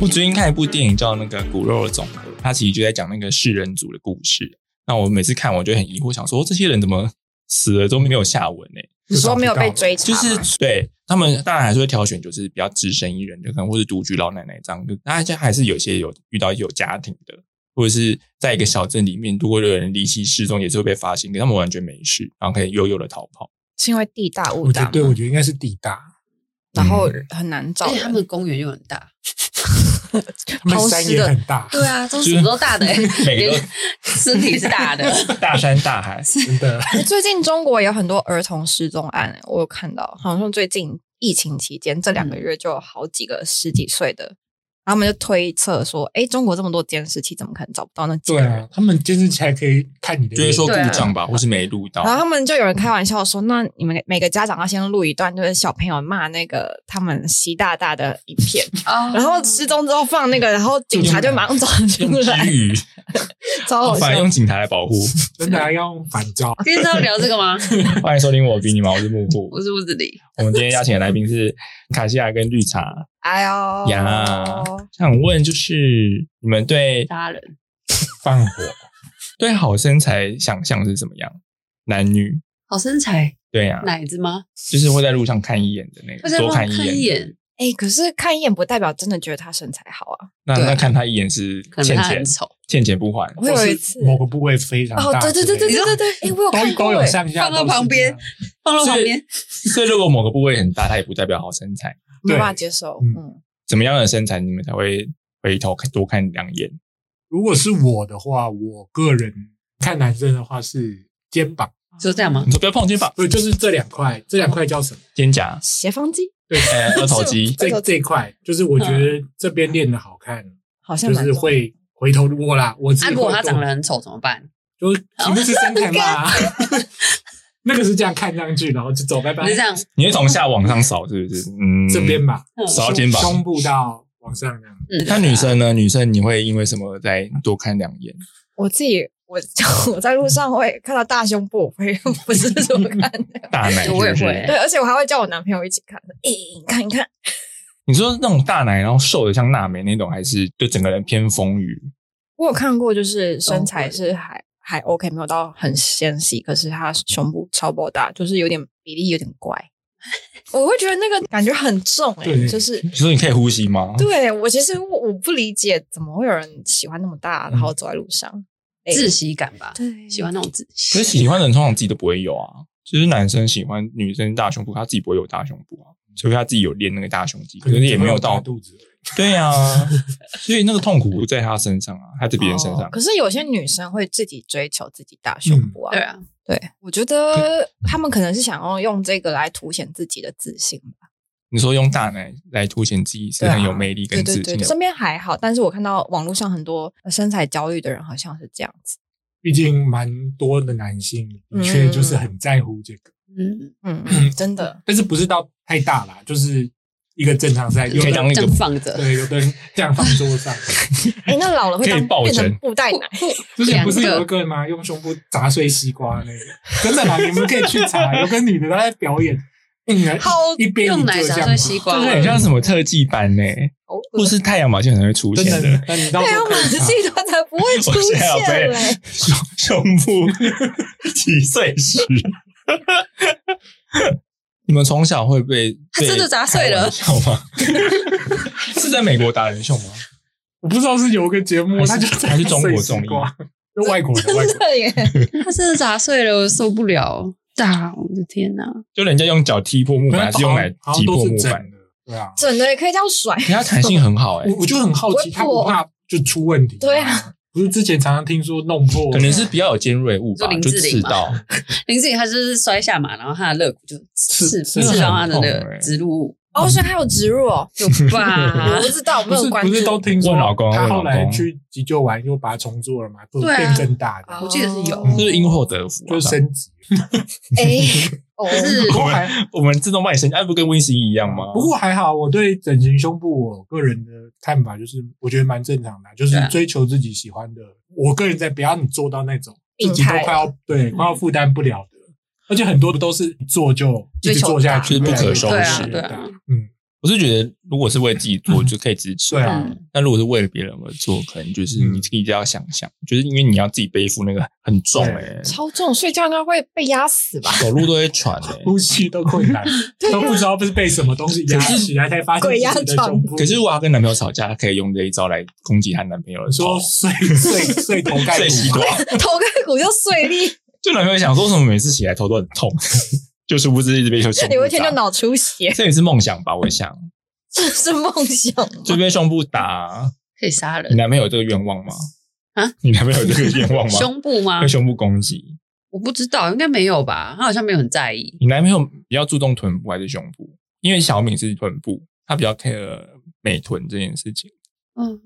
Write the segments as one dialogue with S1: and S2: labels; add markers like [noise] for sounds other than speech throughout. S1: 我最近看一部电影叫那个《骨肉的总和》，它其实就在讲那个世人族的故事。那我每次看，我就很疑惑，想说这些人怎么死了都没有下文呢、
S2: 你说没有被追查
S1: 就
S2: 吗，
S1: 是对他们当然还是会挑选，就是比较只身一人的，可能或是独居老奶奶这样。就大家还是有些有遇到有家庭的，或者是在一个小镇里面，如果有人离奇失踪，也是会被发现，可他们完全没事，然后可以悠悠的逃跑。
S2: 是因为地大物
S3: 我觉
S2: 大
S3: 得，嗯对，我觉得应该是地大，
S2: 然后很难找
S4: 而且
S2: 人。
S4: 他们公园又很大，
S3: [laughs] 他们山也很大，
S4: 对
S3: [laughs]
S4: 啊，都
S1: 就是
S4: 什么都大的、欸，
S1: [laughs] 每个都
S4: [laughs] 连身体是大的，
S1: 大山大海，
S3: 真的。
S2: 哎最近中国有很多儿童失踪案，哎我有看到，好像最近疫情期间这两
S3: 嗯
S2: 个月就有好几个十几岁的，然后我们就推测说，哎，中国这么多监视器，怎么可能找不到那几
S3: [laughs]
S2: 个
S3: 对
S2: 人？
S3: 啊，他们监视器还可以看你的
S1: 就会
S3: 脸，
S1: 说故
S4: 对啊
S1: 障吧，或是没录到。
S2: 然后他们就有人开玩笑说，那你们每个家长要先录一段，就是小朋友骂那个他们习大大的影片，
S4: 哦
S2: 然后失踪之后放那个，然后警察就马上找出
S1: 用之
S2: 来，
S1: 语，
S2: 超
S4: 哦
S2: 好笑
S1: 反。正用警察来保
S4: [laughs]
S1: 护。
S3: 真的还要用反照。
S4: 今天是要聊这个 [laughs] 吗？
S1: 欢迎收听我比你忙，我是幕布。
S4: 我是屋子里，
S1: 我们今天邀请的来宾是卡西亚跟绿茶
S2: 哎呦
S1: 呀。想问就是你们对
S4: 杀人
S1: 放火、
S4: [laughs]
S1: 对好身材想象是怎么样？男女
S4: 好身材，
S1: 对呀、
S4: 奶子吗？
S1: 就是会在路上看一眼的那
S4: 会
S1: 个，
S4: 在
S1: 多
S4: 乱
S1: 看
S4: 看
S1: 一
S4: 一
S1: 眼。
S4: 眼，
S2: 哎、可是看一眼不代表真的觉得他身材好啊。
S1: 那
S4: 对啊
S1: 那看他一眼是
S4: 可能
S1: 欠
S4: 他
S1: 钱
S4: 很，丑，
S1: 欠钱不还。
S2: 我有一次，
S3: 某个部位非常
S2: 哦
S3: 大，
S2: 对
S3: 之
S2: 对
S3: 类
S2: 对
S3: 的，
S2: 对对对 [laughs] 对，哎、我有看
S3: 都都
S2: 过、
S3: 有
S2: 欸，
S3: 上下，
S4: 放到旁边
S3: 都是
S4: 放到旁边，
S1: 所以如果某个部位很大，它也不代表好身材。
S2: 没
S3: 对
S2: 办法接受。
S3: 嗯
S2: 嗯，
S1: 怎么样的身材你们才会回头看多看两眼？
S3: 如果是我的话，我个人看男生的话是肩膀，
S4: 就这样吗
S1: 你？说不要碰肩膀、
S3: 不是就是这两块，这两块叫什么？。
S1: 肩
S4: [laughs]
S1: 胛、
S2: 斜方肌
S1: 呃二头肌
S3: 这这一块就是我觉
S4: 嗯
S3: 得这边练的好看，
S2: 好像
S3: 就
S2: 蛮
S3: 是
S2: 重要
S3: 会回头我啦，我自己
S4: 啊，
S3: 会
S4: 如果他
S3: 动
S4: 长得很丑怎么办？
S3: 就题目是身材嘛，
S4: 哦
S3: [laughs] 那个是这样看上去，然后就走拜拜
S4: 你，是这样，
S1: 你会从下往上扫，是不是？嗯，
S3: 这边吧，
S4: 嗯
S1: 扫到肩膀。
S3: 胸部到往上这样。
S4: 嗯
S1: 那女生呢？女生你会因为什么再多看两眼？
S2: 我自己，我我在路上会
S3: 嗯
S2: 看到大胸部，我
S3: [laughs]
S2: 会不是说看的。
S1: 大奶是不
S4: 我也
S1: 是
S4: 会
S2: 对，而 [laughs] 且我还会叫我男朋友一起看。哎、你看，你看，
S1: 你说那种大奶，然后瘦的像娜美那种，还是就整个人偏丰腴？
S2: 我有看过，就是身材
S4: 都会
S2: 是还还 OK，没有到很纤细，可是他胸部超爆大，就是有点比例有点
S3: [laughs]
S2: 怪。我会觉得那个感觉很重哎、
S3: 对
S2: 就是
S1: 你说你可以呼吸吗？
S2: 对我其实我我不理解，怎么会有人喜欢那么大，
S1: 嗯
S2: 然后走在路上？哎
S4: 窒息感吧，
S2: 对
S4: 喜欢那种窒息。
S1: 可是喜欢的人通常自己都不会有啊。就是男生喜欢女生大胸部，他自己不会有大胸部啊，除非他自己有练那个大胸肌，可是也没有
S3: 大
S1: 到。
S3: 肚子，
S1: 对啊，所以那个痛苦不在他身上啊，他在别人身上
S2: 哦。可是有些女生会自己追求自己大
S1: 嗯
S2: 胸部啊。
S4: 对啊，
S2: 对，我觉得他们可能是想要用这个来凸显自己的自信吧。
S1: 你说用大奶来凸显自己是
S2: 对啊
S1: 很有魅力
S2: 对
S1: 跟
S2: 对
S1: 自
S2: 对，
S1: 信的
S2: 对身边还好，但是我看到网络上很多呃身材焦虑的人好像是这样子。
S3: 毕竟蛮多的男性的确就是很在乎这个，
S4: 嗯，
S2: 嗯，
S1: [clears throat]
S2: 真的。
S3: 但是不是到太大啦，就是一个正常 size，
S1: 可以
S3: 有
S1: 当那
S3: 的
S1: 个
S4: 这样放着，
S3: 对，有的人这样放桌
S1: [laughs]
S3: 上，
S2: 哎，那老了会
S1: 可以
S2: 当
S1: 抱
S2: 变成
S1: 枕
S2: 布袋奶，
S3: 之前不是
S4: 两个
S3: 有一个吗？用胸部砸碎西瓜那个，真的啦，你们可以去查，
S4: [laughs]
S3: 有个女的她在表演，一人
S2: 好
S3: 一边
S4: 用奶
S3: 就这
S4: 砸
S3: 样
S4: 碎西瓜哦
S1: 这，个很像什么特技版呢、
S2: 好
S1: 不
S2: 恶
S1: 是太阳马戏团才会出
S3: 真
S1: 现
S3: 的，
S1: 的。
S3: 那你到
S2: 太
S3: 时候
S2: 阳马
S3: 可以查
S2: 戏团才不会
S1: [laughs]
S2: 出
S1: 我现在要
S2: 现
S1: 被
S2: 嘞！
S1: 胸胸
S3: [laughs]
S1: 部击碎时，你们从小会被
S4: [laughs] 他真的砸碎了
S1: 笑
S3: [laughs]
S1: 吗？是在美国达人秀吗？
S3: 我不知道是有个节目，
S1: 还是
S3: 他就
S1: 还是中国综艺
S3: 艺，
S1: [laughs]
S3: 就外国的外国
S2: 真
S3: [laughs] 的。
S2: 的耶，
S4: [laughs] 他真的砸碎了，我受不了。大，哦我的天哪！
S1: 就人家用脚踢破木板，还是用来
S3: 好像
S1: 击
S3: 都
S1: 破
S3: 是
S1: 木
S3: 整
S1: 板？
S3: 的，对啊。
S2: 整的也可以这样甩。
S1: 人家弹性很好哎、
S3: 我我就很好奇，
S2: 不会破
S3: 他不怕就出问题？
S2: 对啊，
S3: 不是之前常常听说弄破，
S1: 可能是比较有尖锐物吧，
S4: 就林
S1: 就
S4: 志玲
S1: 刺
S4: 嘛
S1: 到。
S4: 林志颖他就是摔下马，然后他的肋骨就刺
S3: 刺
S4: 刺到他的那
S1: 刺很痛
S4: 个
S1: 欸
S4: 植
S1: [laughs]
S4: 入物，
S2: 哦，所以还有植入哦，
S4: 有吧
S2: 我？不知道，我
S3: 不
S2: 没有
S3: 是
S2: 关注。
S3: 不是都听说
S1: 问老公
S3: 他后
S1: 问老
S3: 来
S1: 公
S3: 去急救完又把它重做了嘛，就
S4: 对啊
S3: 变更大的，
S2: 哦
S4: 我记得是有
S1: 是不是因祸得福、啊？
S3: 就升级。
S2: 哎，哦，
S4: [laughs] 是
S3: 不过还
S1: 我们自动帮你升级，哎，不跟温馨一样吗？
S3: 不过还好，我对整形胸部我个人的看法就是，我觉得蛮正常的，就是
S4: 对啊
S3: 追求自己喜欢的。我个人在不要你做到那种
S2: 病
S3: 自
S2: 态
S3: 己都快要对快要负担不了的，而且很多都是一做就一
S2: 追
S3: 直
S2: 求
S3: 做下
S2: 大
S3: 去，
S1: 就是不可
S3: 越来越
S1: 收
S3: 大
S4: 拾
S3: 越来越大
S4: 对啊对啊
S3: 嗯，
S1: 我是觉得，如果是为自己做，就可以支持。
S3: 对啊
S4: 嗯
S1: 但如果是为了别人而做，可能就是
S3: 嗯
S1: 你自己就要想想，就是因为你要自己背负那个很重
S3: 对
S1: 哎、 [laughs] 欸，
S2: 超重，睡觉应该会被压死吧？ [laughs]
S1: 走路都会喘
S3: [laughs]
S1: 哎、
S3: 呼吸都困难，都不知道是被什么东西压起来，才发现
S2: 鬼压
S3: 自己的
S2: 床
S3: 胸部
S1: 可是我要跟男朋友吵架，可以用这一招来攻击她男朋友的
S3: 你说
S1: 头，
S3: 睡睡睡头盖骨
S1: 睡西
S3: 吗
S1: 瓜，
S2: 头盖骨就碎裂，
S1: [laughs] 就男朋友想说为什么每次起来头都很痛， [laughs] 就是不知一直被胸部
S2: 有一天就
S1: 打，
S2: 脑出血，
S1: 这也是梦想吧？我想
S2: 这 [laughs] 是梦想 [laughs] 吗
S1: 就被胸部打，
S4: 可以杀人
S1: 你。男朋友有这个愿望吗？
S4: 啊，
S1: 你男朋友有这个愿望吗？
S4: 胸部吗
S1: 被？胸部攻击，
S4: 我不知道，应该没有吧？他好像没有很在意。
S1: 你男朋友比较注重臀部还是胸部？因为小敏是臀部，她比较 care 美臀这件事情。
S4: 嗯，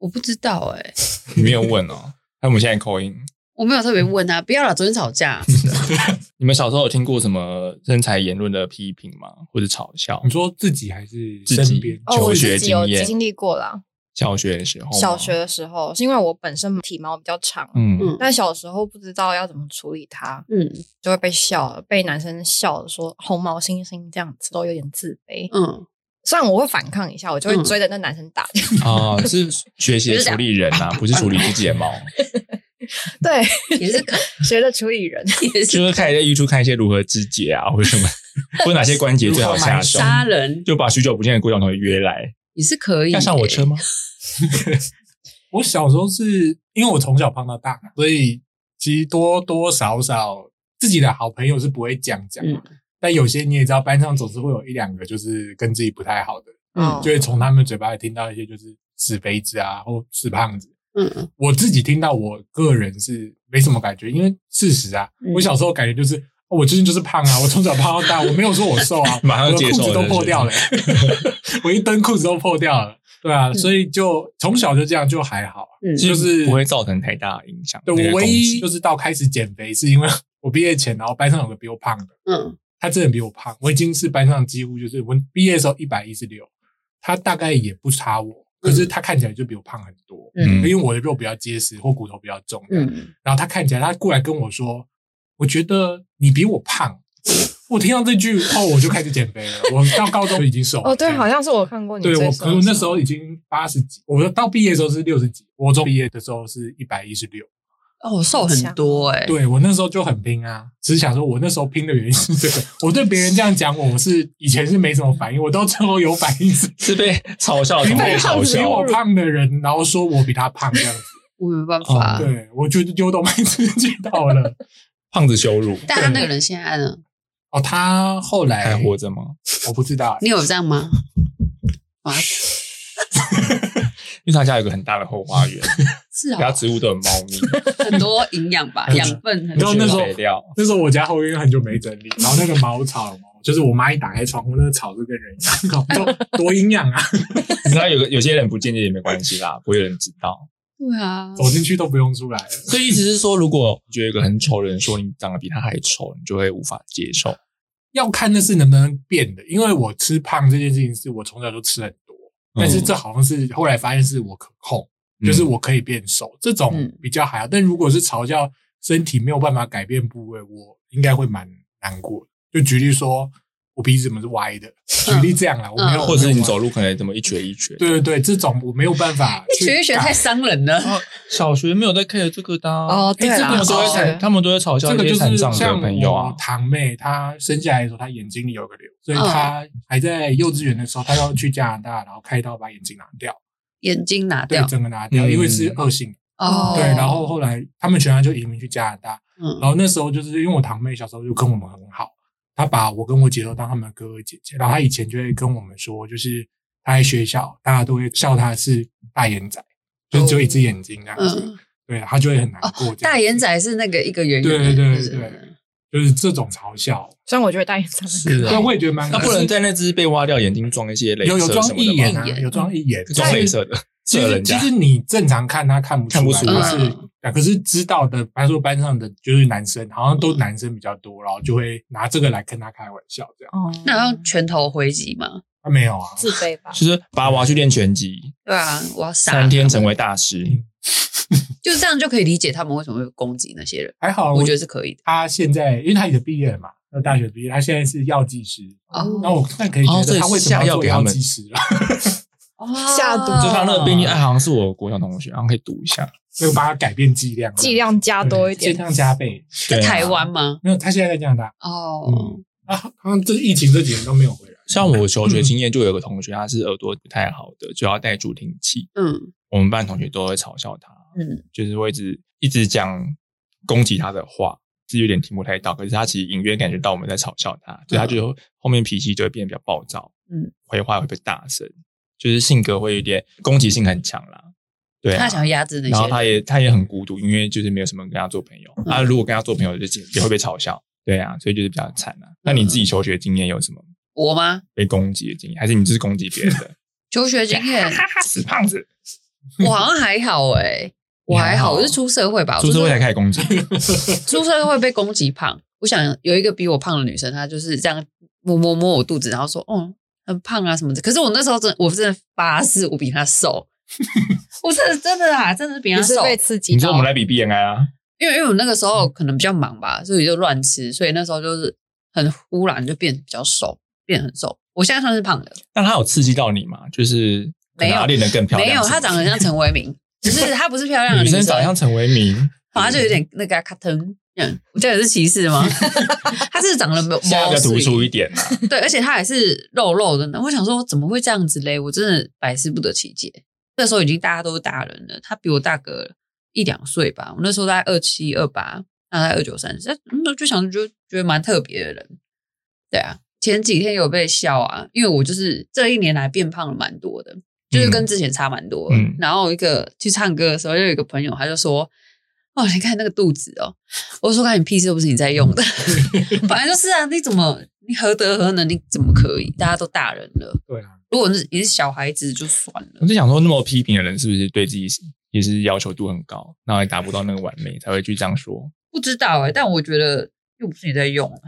S4: 我不知道哎、
S1: 你没有问哦，那我们现在口音，
S4: 我没有特别问他。不要了，昨天吵架。
S1: 你们小时候有听过什么身材言论的批评吗？或者嘲笑
S3: 你？说自己还是
S1: 自己
S3: 身边？
S2: 哦，我
S1: 求学
S2: 自己有
S1: 经验
S2: 经历过啦。
S1: 小学的时候吗，
S2: 小学的时候，是因为我本身体毛比较长，
S1: 嗯
S4: 嗯
S2: 但小时候不知道要怎么处理它，
S4: 嗯
S2: 就会被笑，被男生笑说红毛猩猩这样子，都有点自卑。
S4: [laughs] 嗯，
S2: 虽然我会反抗一下，我就会追着那男生打。 [laughs]
S1: 啊、是学习处理人啊，不是处理自己的毛，
S2: 对，
S4: 也是
S3: [laughs]
S2: 学着处理人。
S4: 也是
S1: 就是开始在 YouTube 看一些如何肢解啊，或者什么，或者哪些关节最好下手，
S4: 杀人
S1: 就把许久不见的郭晓彤约来，
S4: 也是可以、欸
S1: 要上我车？吗？
S3: 我小时候是因为我从小胖到大，所以其实多多少少自己的好朋友是不会这样讲的。
S4: 嗯
S3: 但有些你也知道，班上总是会有一两个就是跟自己不太好的，
S2: 嗯
S4: 嗯
S3: 就会从他们嘴巴里听到一些就是死肥子啊或死胖子。
S4: 嗯
S3: 我自己听到，我个人是没什么感觉，因为事实啊，
S4: 嗯
S3: 我小时候感觉就是、哦我最近就是胖
S4: [laughs]
S3: 啊，我从小胖到大，我没有说我瘦啊，
S1: [laughs] 马上
S3: 我
S1: 就接
S3: 的裤
S1: 受
S3: 子都
S1: 了
S3: 破
S1: [laughs]
S3: 掉了、我一蹬裤子都破掉了，对啊，
S4: 嗯
S3: 所以就从小就这样就还好啊。
S4: 嗯，
S3: 就是
S1: 不会造成太大的影响。
S3: 对
S1: 那个
S3: 我唯
S1: 攻
S3: 一
S1: 击
S3: 就是到开始减肥，是因为我毕业前，然后班上有个比我胖的，
S4: 嗯
S3: 他真的比我胖，我已经是班上几乎就是我毕业的时候一百一十六，他大概也不差我，可
S2: 嗯
S3: 是他看起来就比我胖很多，
S4: 嗯
S3: 因为我的肉比较结实或骨头比较重，
S4: 嗯，
S3: 然后他看起来他过来跟我说，我觉得你比我胖，我听到这句哦，我就开始减肥了，我到高中就已经瘦了，
S2: 哦，对，好像是我看过你
S3: 对
S2: 最瘦
S3: 我，
S2: 的。
S3: 可我那时候已经八十几，我到毕业的时候是六十几，我中毕业的时候是一百一十六。
S4: 哦，我瘦很多哎、
S3: 对我那时候就很拼啊，只是想说，我那时候拼的原因是这个。我对别人这样讲我，我是以前是没什么反应，我到最后有反应是
S1: 是被嘲笑，
S3: 比
S1: 怎
S3: 我
S1: 么被
S3: 胖
S1: 嘲
S3: 比我
S1: 笑？啊
S3: 胖的人，然后说我比他胖这样子。
S4: 我没办法。
S1: 哦
S3: 对，我觉得丢都没自己到了。
S1: 胖子羞辱，
S4: 但他那个人现在呢？
S3: 哦，他后来
S1: 还活着吗？
S3: 我不知道欸、
S4: 你有这样吗？啊，
S1: 因为他家有个很大的后花园，
S4: 是
S1: 其他
S4: 啊，
S1: 植物都有猫
S3: [laughs]
S1: 咪，
S4: 很多营养吧，养分很
S3: 然后
S4: 多。
S3: 那时候
S1: 肥料，
S3: 那时候我家后院很久没整理，然后那个茅草嘛，就是我妈一打开窗户，那个草就跟人一样，多多营养啊！
S1: 你知道有个有些人不见得也没关系
S3: [laughs]
S1: 啦，不会有人知道。
S4: 对啊，
S3: 走进去都不用出来了。
S1: 所以意思是说，如果觉得有一个很丑的人说你长得比他还丑，你就会无法接受。
S3: 要看那是能不能变的，因为我吃胖这件事情是我从小就吃很多，但是这好像是后来发现是我可控，
S1: 嗯
S3: 就是我可以变瘦，这种
S4: 嗯
S3: 比较还好。但如果是嘲笑身体没有办法改变部位，我应该会蛮难过的。就举例说，我鼻子怎么是歪的，举例这样啦，
S4: 嗯
S3: 我没有，
S1: 或者是你
S3: 我没有
S1: 走路可能怎么一瘸一瘸。
S3: 歪，对对对，这种我没有办
S4: [laughs]
S3: 法
S4: 一
S3: 去
S4: 学一学
S3: 改
S4: 太伤人了。
S1: 啊，小学没有在 care 这个的啊、
S2: 哦，对
S3: 哎这
S1: 他
S2: 啦
S1: 们都会
S2: 小
S1: 嘲，
S2: 学
S1: 他们都会嘲笑
S3: 这个
S1: 一
S3: 就
S1: 些残
S3: 是
S1: 障
S3: 像
S1: 的朋友啊
S3: 我。堂妹，她生下来的时候，她眼睛里有个瘤，所以
S4: 嗯
S3: 她还在幼稚园的时候，她要去加拿大，然后开刀把眼睛拿掉，
S4: 眼睛拿
S3: 对
S4: 掉，
S3: 整个拿掉，
S1: 嗯
S3: 因为是恶性。
S4: 哦，
S3: 对，然后后来他们全家就移民去加拿大，然
S4: 嗯
S3: 后那时候就是因为我堂妹小时候就跟我们很好，她把我跟我姐都当他们的哥哥姐姐，然后她以前就会跟我们说，就是她在学校大家都会笑她是大眼仔，就是只有一只眼睛这样子，
S4: 嗯，哦
S3: 对她就会很难过这样子。
S4: 大眼仔是那个一个圆圆
S3: 对
S4: 的，
S3: 对对，就是这种嘲笑。
S2: 虽然我觉得大眼长得
S1: 是
S3: 对，
S1: 啊，
S3: 我也觉得蛮
S1: 那
S3: 可
S1: 不能
S3: 惜。
S1: 在那只被挖掉眼睛装一些镭
S3: 有有
S1: 射什
S3: 装
S1: 么
S3: 一
S1: 的
S3: 眼
S1: 吗？
S3: 啊，
S4: 嗯
S3: 有装一眼，
S1: 装
S3: 但
S1: 镭
S3: 是
S1: 射的，
S3: 其
S1: 射
S3: 实
S1: 人
S3: 其
S1: 家。
S3: 实你正常看他看不
S1: 看不出
S3: 来，
S1: 来
S3: 可
S4: 嗯
S3: 是啊可是知道的，班说班上的就是男生，好像都男生比较多，然后就会拿这个来跟他开玩笑，这样
S2: 哦，
S4: 那要拳头回击吗？
S3: 他没有啊，
S2: 自卑吧？
S1: 就是把娃去练拳击，
S4: 对啊，我要杀
S1: 三天成为大师。
S4: 就这样就可以理解他们为什么会攻击那些人，
S3: 还好，
S4: 我
S1: 哦
S3: 我
S4: 觉
S3: 觉
S4: 得
S3: 得
S4: 是可以的。
S3: 他现在因为他已经毕业了嘛，那大学毕业，他现在是药剂师。
S4: 哦
S3: 那我但可以
S1: 哦
S3: 觉
S1: 所
S3: 得
S1: 以
S3: 他为什么
S1: 下药
S3: 要做
S1: 给他们
S3: 剂师啊？ [laughs]
S2: 下毒
S1: 哦就他那个病
S4: 嗯
S1: 例，哎，好像是我国小同学，然后可以读一下。
S3: 就帮他改变剂量，啊
S2: 剂嗯量加多一点
S3: 剂，量加倍。
S1: 对
S4: 在
S1: 啊
S4: 台湾吗？
S3: 没有，他现在在加拿大
S4: 哦，
S3: 啊，好像这疫情这几年都没有回来。
S1: 像我求学经验，就有个同学，他是耳朵不太好的，就要戴助听器。
S4: 嗯
S1: 我们班同学都会嘲笑他，
S4: 嗯，
S1: 就是会一直一直讲攻击他的话，是有点听不太到。可是他其实隐约感觉到我们在嘲笑他，所以他就后面脾气就会变得比较暴躁，
S4: 嗯，
S1: 回话会比较大声，就是性格会有点攻击性很强啦。对、啊
S4: 他，想要压制那些人，
S1: 然后他也他也很孤独，因为就是没有什么人跟他做朋友。
S4: 嗯
S1: 他、如果跟他做朋友，就也会被嘲笑。对啊，所以就是比较惨啊。那你自
S4: 嗯
S1: 己求学经验有什么
S4: 我吗？
S1: 被攻击的经验，还是你就是攻击别人的？
S4: 求学经验，
S1: [laughs] 死胖子，
S4: 我好像还好哎，我还好，我是出社会吧，我
S1: 出社会才开始攻击。
S4: 出社会被攻击胖。我想有一个比我胖的女生，她就是这样摸摸摸我肚子，然后说：“哦，很胖啊什么的。”可是我那时候真，我真的发誓我比她瘦， [laughs] 我真的真的啊，真的是比她
S2: 也是
S4: 瘦。
S2: 被刺激
S1: 你说
S2: 到
S1: 我们。来比 BNI 啊？
S4: 因为因为我那个时候可能比较忙吧，所以就乱吃，所以那时候就是很忽然就变比较瘦，变很瘦。我现在算是胖的，
S1: 那他有刺激到你吗？就是可能
S4: 没有
S1: 她练得更漂亮
S4: 没
S1: 什么
S4: 有，
S1: 的，
S4: 她长得很像陈为民，只是她不是漂亮的
S1: 女
S4: 女
S1: 生长得像陈为民，
S4: 反正就有点那个啊卡腾。嗯，这也是歧视吗？ [laughs] 她是长得没
S1: [laughs]
S4: 有
S1: 现在比较突出一点啊啦。
S4: 对，而且他还是肉肉的呢。我想说，怎么会这样子嘞？我真的百思不得其解。那时候已经大家都是大人了，他比我大个一两岁吧。我那时候大概二七、二八，那他二九、三十，那就想就觉得蛮特别的人。对啊，前几天有被笑啊，因为我就是这一年来变胖了蛮多的，就是跟之前差蛮多。
S1: 嗯
S4: 然后一个去唱歌的时候，又有一个朋友他就说。哦，你看那个肚子哦！我说：“关你屁事，又不是你在用的。” [laughs] 本来就是啊，你怎么你何德何能？你怎么可以？大家都大人了，
S3: 对啊，
S4: 如果你是你是小孩子就算了
S1: 我，就想说，那么批评的人是不是对自己也是要求度很高，然后也达不到那个完美，才会去这样说？
S4: 不知道哎、但我觉得又不是你在
S2: [laughs]
S4: 用，啊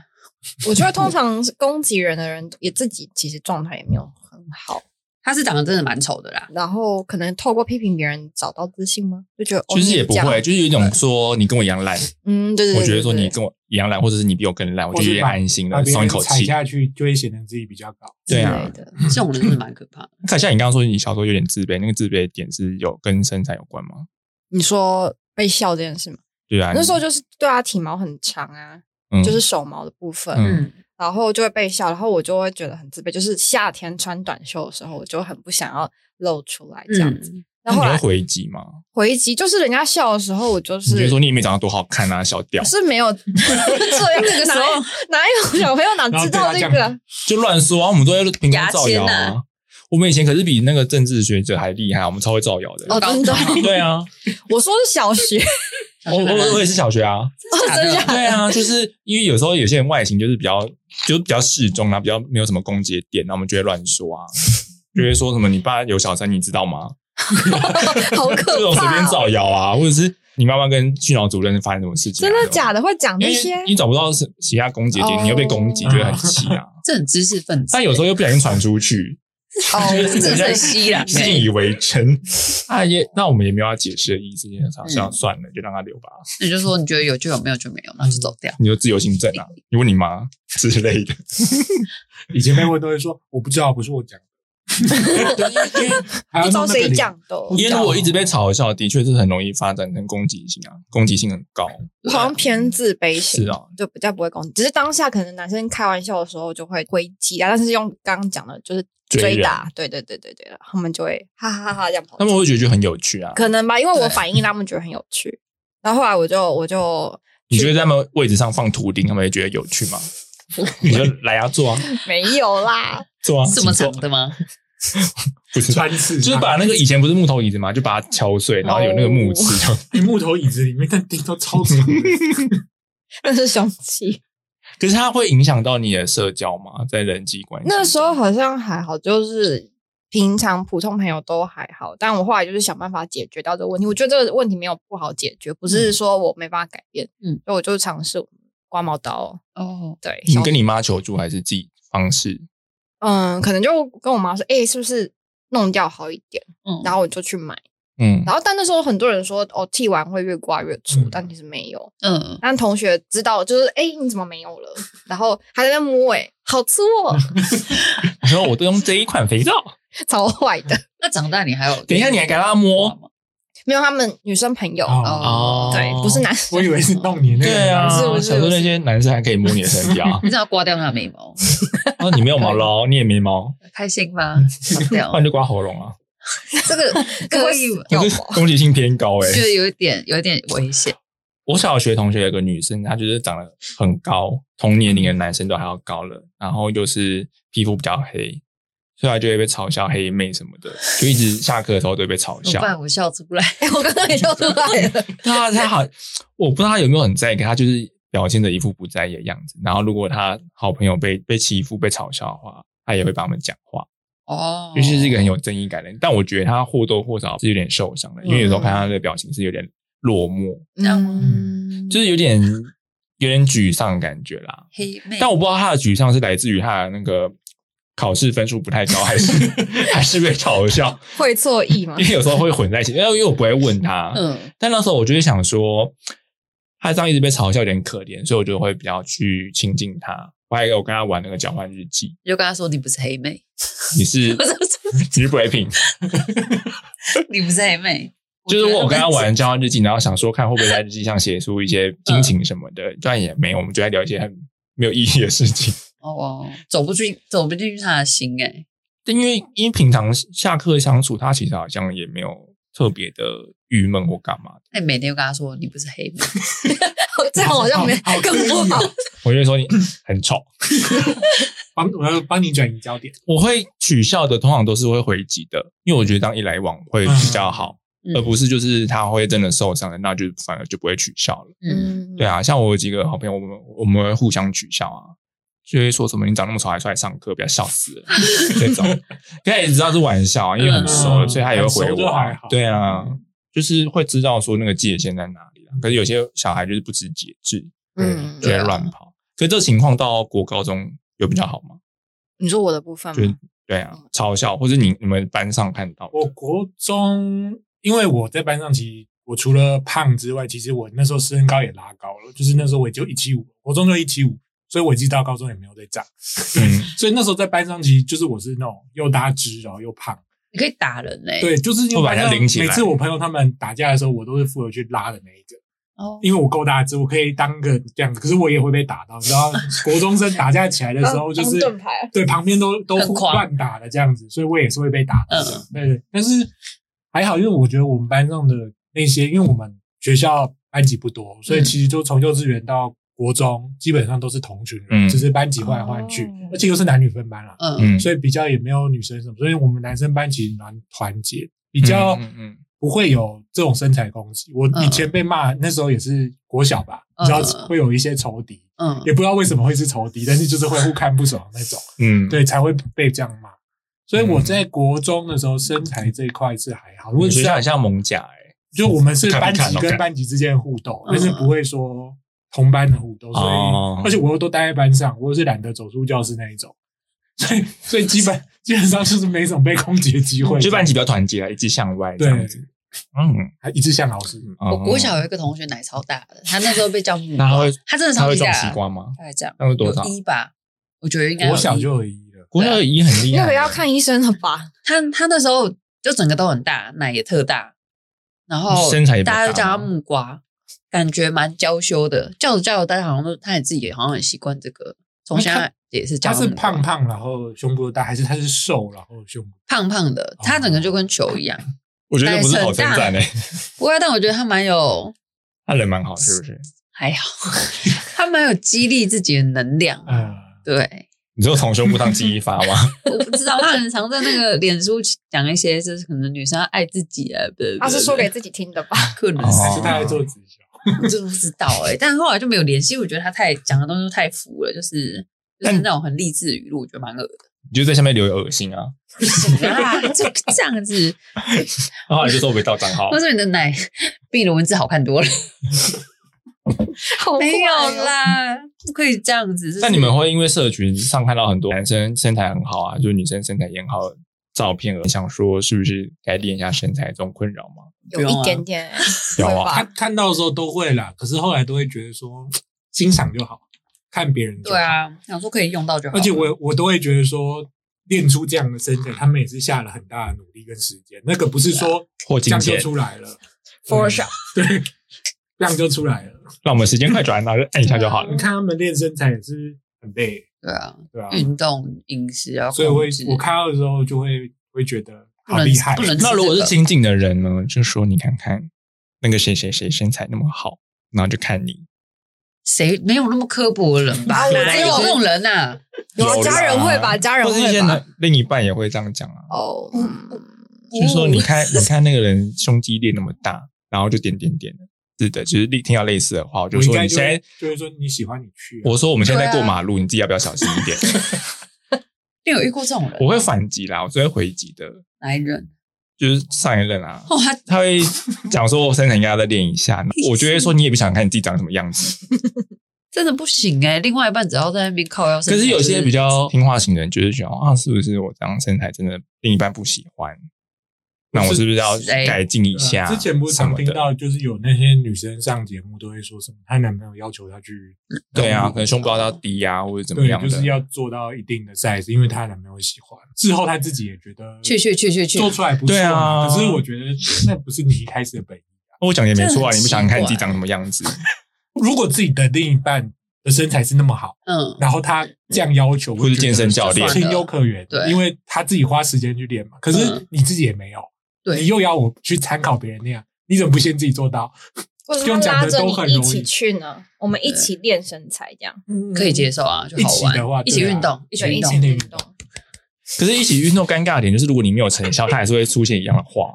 S2: 我觉得通常攻击人的人也自己其实状态也没有很好，
S4: 他是长得真的蛮丑的啦。
S2: 然后可能透过批评别人找到自信吗？就觉得
S1: 其实也不，
S2: 哦你这
S1: 会，
S2: 样
S1: 就是有一种说你跟我一样烂，
S2: 嗯，对对对，
S1: 我觉得说
S2: 对
S1: 你
S2: 对
S1: 跟我一样烂，或者是你比我更烂，我就有点安心
S3: 把
S1: 了，
S3: 别
S1: 松一
S3: 人
S1: 口
S3: 踩
S1: 气。
S3: 下去就会显得自己比较高。
S1: 对啊
S2: 之类，的
S4: 这种人真的蛮可怕的。
S1: 那像你刚刚说你小时候有点自卑，那个自卑的点是有跟身材有关吗？
S2: 你说被笑这件事吗？
S1: 对啊，
S2: 那时候就是对啊，体毛很长啊，
S1: 嗯
S2: 就是手毛的部分，
S1: 嗯
S4: 嗯，
S2: 然后就会被笑，然后我就会觉得很自卑。就是夏天穿短袖的时候，我就很不想要露出来这样子。
S4: 嗯，
S1: 那
S2: 然后后
S1: 你
S2: 来
S1: 会回击吗？
S2: 回击，就是人家笑的时候，我就
S1: 你觉
S2: 是
S1: 得说你也没长得多好看啊，小屌
S2: 我，是没
S1: [laughs]
S2: 有这样
S4: 那个时候
S2: 哪有小朋友哪知道这
S3: 然后对
S2: 个
S3: 他
S2: 啊？
S1: 就乱说啊，我们都在凭空造谣
S4: 牙签
S1: 啊
S4: 啊。
S1: 我们以前可是比那个政治学者还厉害啊，我们超会造谣的。
S4: 哦，真的，
S1: 对啊，
S2: 我说是 [laughs] 小学，
S1: 我我我也是小学啊。
S4: [laughs] 真的假
S1: [laughs]
S4: 的
S1: 对啊，就是因为有时候有些人外形就是比较就是比较适中啊，比较没有什么攻击的点，那我们就会乱说
S2: [laughs]
S1: 啊，就会说什么你爸有小三，你知道吗？
S2: 好
S1: [laughs] 这
S2: 可
S1: 种随便
S2: 怕、哦！
S1: 造谣啊，或者是你妈妈跟训导主任发生什么事情啊、
S2: 真的假的？会讲
S1: 因
S2: 这
S1: 为
S2: 些？
S1: 你找不到是其他攻击的点，
S2: 哦
S1: 你又被攻击，就会很气
S2: [laughs]
S1: 啊。
S4: 这很知识分子，
S1: 但有时候又不小心传出去，
S2: 哦，
S1: 就是
S4: 这是西
S2: 啊
S4: 啦，
S1: 信以为真。那也那我们也没有要解释的意思，因为好像
S2: 嗯
S1: 算了，就让他留吧。
S4: 你就说你觉得有就有，没有就没
S1: 嗯
S4: 有，那就走掉。
S1: 你就自由行政啊，你问你妈之类的。
S3: 以前被问都会说我不知道，不是我讲
S2: [laughs]
S3: 的， [laughs] 还要
S2: 不知道
S3: 弄那个
S2: 谁
S3: 脸
S2: 讲的哦。
S1: 因为如果一直被嘲笑，的确是很容易发展成攻击性啊，攻击性很高。
S2: 我好像偏自卑型，
S1: 是啊
S2: 就比较不会攻击。只是当下可能男生开玩笑的时候就会回击啊，但是用刚刚讲的就是追打，对对对对对，然后他们就会哈哈哈哈这样跑
S1: 他。们会觉得很有趣啊。
S2: 可能吧，因为我
S4: 对
S2: 反应他们觉得很有趣，然后后来我就我就
S1: 你觉得在他们位置上放图钉，他们会觉得有
S2: [laughs]
S1: 趣吗？你就来啊，坐啊，
S2: 没有啦，
S1: 坐啊，
S4: 这么
S1: 请
S4: 长
S1: 坐
S4: 的吗？
S1: 不是
S3: 穿刺，
S1: 就是把那个以前不是木头椅子嘛，就把它敲碎，然后有那个
S2: 哦
S1: 木刺，这样
S3: 你木头椅子里面，但钉都超长的。
S2: 那是凶器。
S1: 可是它会影响到你的社交嘛，在人际关系中。
S2: 那时候好像还好，就是平常普通朋友都还好，但我后来就是想办法解决到这个问题。我觉得这个问题没有不好解决，不是说我没办法改变，嗯
S4: 嗯，
S2: 所以我就尝试刮毛刀，
S1: 嗯
S4: 哦，
S2: 对，
S1: 你
S2: 小
S1: 跟你妈求助还是自己方式？
S2: 嗯，可能就跟我妈说，哎、是不是弄掉好一点？
S4: 嗯，
S2: 然后我就去买，
S1: 嗯
S2: 然后但那时候很多人说哦，剃完会越刮越粗，
S3: 嗯
S2: 但其实没有。
S4: 嗯，
S2: 但同学知道就是哎、你怎么没有了？然后还在那边摸哎、好粗哦，
S1: 你说我都用这一款肥皂，
S2: [laughs] 超坏的。
S4: [laughs] 那长大你还有
S1: 等一下你还给他摸
S4: 吗？
S2: 没有他们女生朋友，嗯
S3: 哦，
S1: 哦
S4: 哦，，
S2: 对，不是男生
S3: [laughs] 我以。为是弄你那个，
S1: 对啊，
S2: 是不是
S1: 小时候那些男生还可以摸你的身体啊
S2: [laughs]
S4: 你只要刮掉他的眉
S1: [laughs]
S4: 毛，
S1: 哦，你没有毛喽，你也没毛，
S4: 开心
S1: [laughs]
S4: 吗？好
S1: 那
S4: 掉
S1: 你就刮喉咙啊，
S4: [laughs] 这个
S1: [laughs]
S4: 可以，
S2: 有
S1: 可是攻击性偏高哎、
S4: [laughs] 就有一点有一点危险。
S1: 我小学同学有个女生，她就是长得很高，同年龄的男生都还要高了，然后又是皮肤比较黑，所以她就会被嘲笑黑妹什么的，就一直下课的时候都会被嘲
S4: 怎么
S1: 笑。
S4: 办？我笑出来。
S1: [laughs]
S2: 哎、我刚刚也笑出来了。
S1: 她她好，我不知道她有没有很在意，可她就是表现着一副不在意的样子。然后如果她好朋友被被欺负、被嘲笑的话，她也会帮他们讲话，
S4: [laughs] 哦，
S1: 尤其是一个很有正义感的人。但我觉得她或多或少是有点受伤的，因为有时候看她的表情是有点落寞，
S4: 嗯，
S1: 就是有点有点沮丧的感觉啦。
S4: 黑妹，
S1: 但我不知道他的沮丧是来自于他的那个考试分数不太高，还
S4: [laughs]
S1: 是还是被嘲笑，
S2: 会错意吗
S1: 因？为有时候会混在一起。因为因为我不会问他，
S4: 嗯
S1: 但那时候我就是想说，他这样一直被嘲笑有点可怜，所以我就会比较去亲近他。我还有跟他玩那个交换日记，
S4: 你就跟他说你不是黑妹， [laughs]
S1: 你是 [laughs]
S4: 我说
S1: 你是 Breaking，
S4: 你不是黑妹，
S1: 就是我跟他
S4: 觉得
S1: 玩交换日记，然后想说看会不会在日记上写出一
S4: 嗯
S1: 些心情什么的，但也没有，我们就在聊一些很没有意义的事情。
S4: 哦，走不进走不进去他的心哎，
S1: 但因为因为平常下课相处，他其实好像也没有特别的郁闷或干嘛的。
S4: 那你每天就跟他说你不是黑妹， [laughs]
S2: 这样好像没
S3: 好好
S2: 更不好。
S1: 我就会说
S4: [clears throat]
S1: 你很丑，
S3: [laughs] 帮我要帮你转移焦点，
S1: 我会取笑的，通常都是会回击的，因为我觉得这样一来往会比较好，
S4: 嗯
S1: 而不是就是他会真的受伤了，那就反而就不会取笑了。
S4: 嗯，
S1: 对，啊，像我有几个好朋友，我们我们会互相取笑啊。就会说什么你长那么丑还出来上课，不要笑死了这
S3: [laughs]
S1: 种。他也知道是玩笑啊，因为很熟了，
S3: 嗯
S1: 所以他也会回
S3: 很熟
S1: 我
S3: 就还
S1: 啊
S3: 好。嗯
S1: 对啊，就是会知道说那个界限在哪里啊。可是有些小孩就是不知节制，
S2: 嗯
S1: 嗯，就在
S3: 啊
S1: 乱跑。可是这情况到国高中有比较好吗？
S2: 你说我的部分吗？
S1: 对啊，嘲笑或者你你们班上看到的，
S3: 嗯
S1: 嗯
S3: 我国中，因为我在班上，其实我除了胖之外，其实我那时候身高也拉高了，就是那时候我就一七五，国中就一七五，所以我一直到高中也没有再长。
S1: 嗯，
S3: 所以那时候在班上，其实就是我是那种又大只，然后又胖，
S4: 你可以打人哎，
S3: 对，就是因
S1: 会
S3: 为
S1: 把人家
S3: 班上
S1: 拎起来
S3: 每次我朋友他们打架的时候，我都是负责去拉的那一个，
S4: 哦，
S3: 因为我够大只，我可以当个这样子，可是我也会被打到，你知道，国中生打架起来的时候就是
S2: 当盾牌，啊
S3: 对，旁边都都
S4: 很狂
S3: 乱打的这样子，所以我也是会被打的。
S4: 嗯
S3: 对对，但是还好，因为我觉得我们班上的那些，因为我们学校班级不多，所以
S4: 嗯
S3: 其实就从幼稚园到国中，基本上都是同群人，
S1: 嗯
S3: 只是班级换来换去，
S2: 哦
S3: 而且又是男女分班啦，
S4: 嗯
S1: 嗯，
S3: 所以比较也没有女生什么，所以我们男生班其实蛮团结，比较
S1: 嗯嗯
S3: 不会有这种身材攻击。我以前被骂，那时候也是国小吧，你知道
S4: 嗯
S3: 会有一些仇敌，
S4: 嗯
S3: 也不知道为什么会是仇敌，但是就是会互看不爽那种。
S1: 嗯，嗯，嗯
S3: 对，才会被这样骂。所以我在国中的时候，身材这一块是还好。如
S1: 我
S3: 果
S1: 学
S3: 是
S1: 校很像蒙甲哎，
S3: 就我们是
S1: 看
S3: 班
S1: 不看
S3: 级
S1: 哦
S3: 跟
S1: 看
S3: 班级之间的互动，
S4: 嗯
S3: 但是不会说同班的互动。所
S1: 哦
S3: 以，而且我又都待在班上，我又是懒得走出教室那一种， [laughs] 所以所以基本 [laughs] 基本上就是没什么被攻击的机
S1: [laughs]
S3: 会。
S1: 就班级比较团结啊，一致向外这
S3: 对
S1: 样子。嗯，
S3: 还一直像老师，
S1: 我
S4: 我国小有一个同学奶超大的，他那时候被叫木
S1: 那他
S4: 瓜
S1: 会，
S4: 他真的
S1: 他
S4: 超啊
S1: 会
S4: 级
S1: 种
S4: 大，
S1: 西瓜吗？
S4: 大概这样，
S1: 那是多少
S4: 有一吧？我觉得应该有
S3: 我小
S4: 一
S3: 就有一了。
S4: 啊
S1: 国小也很厉害，
S2: 那个要看医生了吧？
S4: 他他那时候就整个都很大，奶也特大，然后
S1: 身材也比较
S4: 大
S1: 大
S4: 家就叫他
S1: 吗
S4: 木瓜，感觉蛮娇羞的。叫着叫着，大家好像都他也自己也好像很习惯这个，从
S3: 那
S4: 现
S3: 他
S4: 在也是叫
S3: 他是
S4: 木瓜
S3: 胖胖，然后胸部又大，还是他是瘦然后胸部？
S4: 胖胖的，
S3: 哦
S4: 他整个就跟球
S3: [laughs]
S4: 一样。
S1: 我觉得不是好称赞哎，
S2: [laughs]
S4: 不过，但我觉得他蛮有
S1: 他人蛮好，是不是？
S4: 还好， [laughs] 他蛮有激励自己的能量。
S3: 嗯，
S4: 对，
S1: 你就从胸部上激发吗？
S4: [laughs] 我不知道，他很常在那个脸书讲一些，就是可能女生要爱自己啊，不
S2: 他是说给自己听的吧？ [laughs]
S4: 可能
S1: 哦
S4: 是
S3: 还是他在做直销？
S4: 我真的不知道哎、但后来就没有联系。我觉得他太讲的东西太浮了，就是就是那种很励志语录，我觉得蛮恶的。
S1: 你就在下面留言恶心啊，[laughs]
S4: 不行啊，就这样子，
S1: 然后你就说我被盗账号
S4: 或，者你的奶比你的文字好看多了。
S2: 好
S4: 没
S2: 坏
S4: 有
S2: 哦，
S4: 啦，不可以这样子。就是
S1: 但你们会因为社群上看到很多男生身材很好啊，就是女生身材也很好的照片，而想说是不是该练一下身材这种困扰吗？
S4: 不
S2: 有
S4: 用啊
S2: 一点点
S1: 有
S2: 会
S4: 哦
S1: 啊
S3: 他
S2: 吧？
S3: 看到的时候都会啦，可是后来都会觉得说欣赏就好，看别人就好
S4: 对。啊，想说可以用到就好了。
S3: 而且我我都会觉得说，练出这样的身材，他们也是下了很大的努力跟时间。那个不是说
S1: 或
S3: 这
S1: 啊金
S3: 样就
S1: 钱，
S3: 出来了嗯
S2: Photoshop
S3: 对，对这样就出来了。
S1: 让我们时间快转，然后就按一下就好了
S4: [laughs]
S3: 你。看他们练身材也是很累，
S4: 对啊，
S3: 对吧、
S1: 嗯
S4: 运动、饮食啊，
S3: 所以我会
S4: 控制
S3: 我看到的时候就会会觉得
S4: 不
S3: 好
S4: 能
S3: 厉害啊
S4: 不。能
S1: [laughs]
S4: 吃
S1: 那如果
S4: 这
S1: 是
S4: 个
S1: 亲近的人呢，就说你看看那个谁谁谁身材那么好，然后就看你。
S4: 谁没有那么刻薄的人吧？
S2: 哪
S4: 哪有
S2: 有
S4: 这种人呐？
S2: 有啊
S1: 啦
S2: 家人会吧家人
S1: 或
S2: 会吧
S1: 是一些男另一半也会这样讲啊，
S2: 哦，嗯
S1: 就是说你看你看那个人胸肌练那么大，然后就点点点的。是的，就是听到类似的话，我就
S3: 我应
S1: 说
S3: 该
S1: 你
S3: 就
S1: 现在
S3: 会，就是说你喜欢你去啊、
S1: 我说我们现在在
S4: 对啊
S1: 过马
S3: [laughs]
S1: 路，你自己要不要小心一点？
S4: 你有遇过这种人？
S1: 我会反击啦，我只会回击的。
S4: 哪一人？
S1: 就是上一任啊，
S4: 哦，他
S1: 他会讲说我身材应该要再练一
S2: [laughs]
S1: 下，我就会说你也不想看你自己长什么样子。
S4: 真的不行哎、另外一半只要在那边靠腰身
S1: 可
S4: 材，
S1: 是有
S4: 就
S1: 些比较听话型的人，就是觉得啊，是不是我这样身材真的另一半不喜欢？那我是不是要改进一
S3: 呃
S1: 下、
S3: 之前不是
S1: 什
S3: 常
S1: 么
S3: 听
S1: 的？
S3: 到，就是有那些女生上节目都会说什么，她男朋友要求她去
S1: 对啊，可能胸部要到低呀、或者怎么
S3: 对，
S1: 样的。
S3: 就是要做到一定的 size，因为她男朋友喜欢。之后她自己也觉得
S4: 去去去去去，
S3: 做出来不错嘛，
S1: 对啊
S3: 可是我觉得那不是你一开始的本意。
S1: 我讲也没错啊，
S4: 这很奇怪
S1: 你不想看你自己长什么样子？
S3: 如果自己的另一半的身材是那么好，
S4: 嗯，
S3: 然后他这样要求，
S1: 或是健身教练
S3: 我觉得情有可原，
S4: 对
S3: 因为他自己花时间去练嘛。可是
S4: 嗯
S3: 你自己也没有，你
S4: 对，
S3: 又要我去参考别人那样，你怎么不先自己做到？
S2: 或者
S3: 用
S2: 他
S3: 讲
S2: 拉
S3: 的
S2: 着
S3: 都很
S2: 你一
S3: 容易
S2: 起，去呢，我们一起练身材，这样
S4: 可以接受
S1: 嗯
S4: 啊，就好
S3: 一起的话
S4: 玩，一起
S3: 对啊
S4: 运动，一起
S2: 对，
S4: 运
S2: 一
S4: 动
S2: 起，运动。
S1: 可是，一起运动尴尬的点就是，如果你没有成效，它还是会出现一样的话。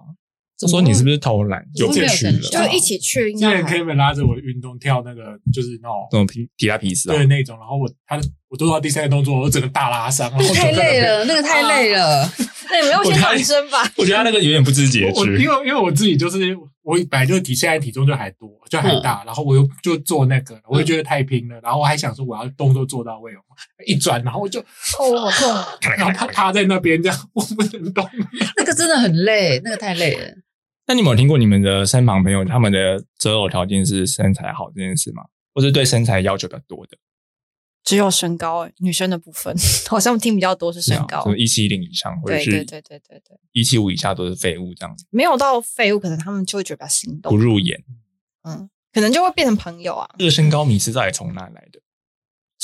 S1: 就说你是不是偷懒？
S4: 怎么会
S1: 有趣
S4: 没有成效
S1: 了，
S2: 就一起去，应
S3: 之
S2: 该
S3: 前
S2: 还
S3: Kevin 拉着我运动跳那个，就是那种
S1: 这种皮提拉皮斯啊
S3: 对，那种，然后我他我做到第三个动作，我整个大拉伤，然后
S4: 那个太累
S1: [laughs]
S4: 了，那个太累了，
S2: 啊那你没有先暖身吧？
S1: 我觉得他那个有点不知节
S3: 我我因
S1: 制。
S3: 为因为我自己就是我本来就体现在体重就还多就还大，然后我又就做那个，我就觉得太拼了，然后我还想说我要动作做到位哦，一转然后我就
S2: 哦，好痛啊！
S3: 然后他趴在那边这样，我不能动。
S4: 那个真的很累，那个太累了。
S1: 那你们有听过你们的身旁朋友他们的择偶条件是身材好这件事吗？或是对身材要求比较多的？
S2: 只有身高、欸，女生的部分 [laughs] 好像听比较多是身高
S1: 什。么一七零以上，或者
S2: 对
S1: 是
S2: 对对对对对，
S1: 一七五以下都是废物，这样子
S2: 没有到废物，可能他们就会觉得比较心
S1: 不
S2: 动，
S1: 入眼。
S2: 嗯，可能就会变成朋友啊。
S1: 这个身高迷失到底从哪来的？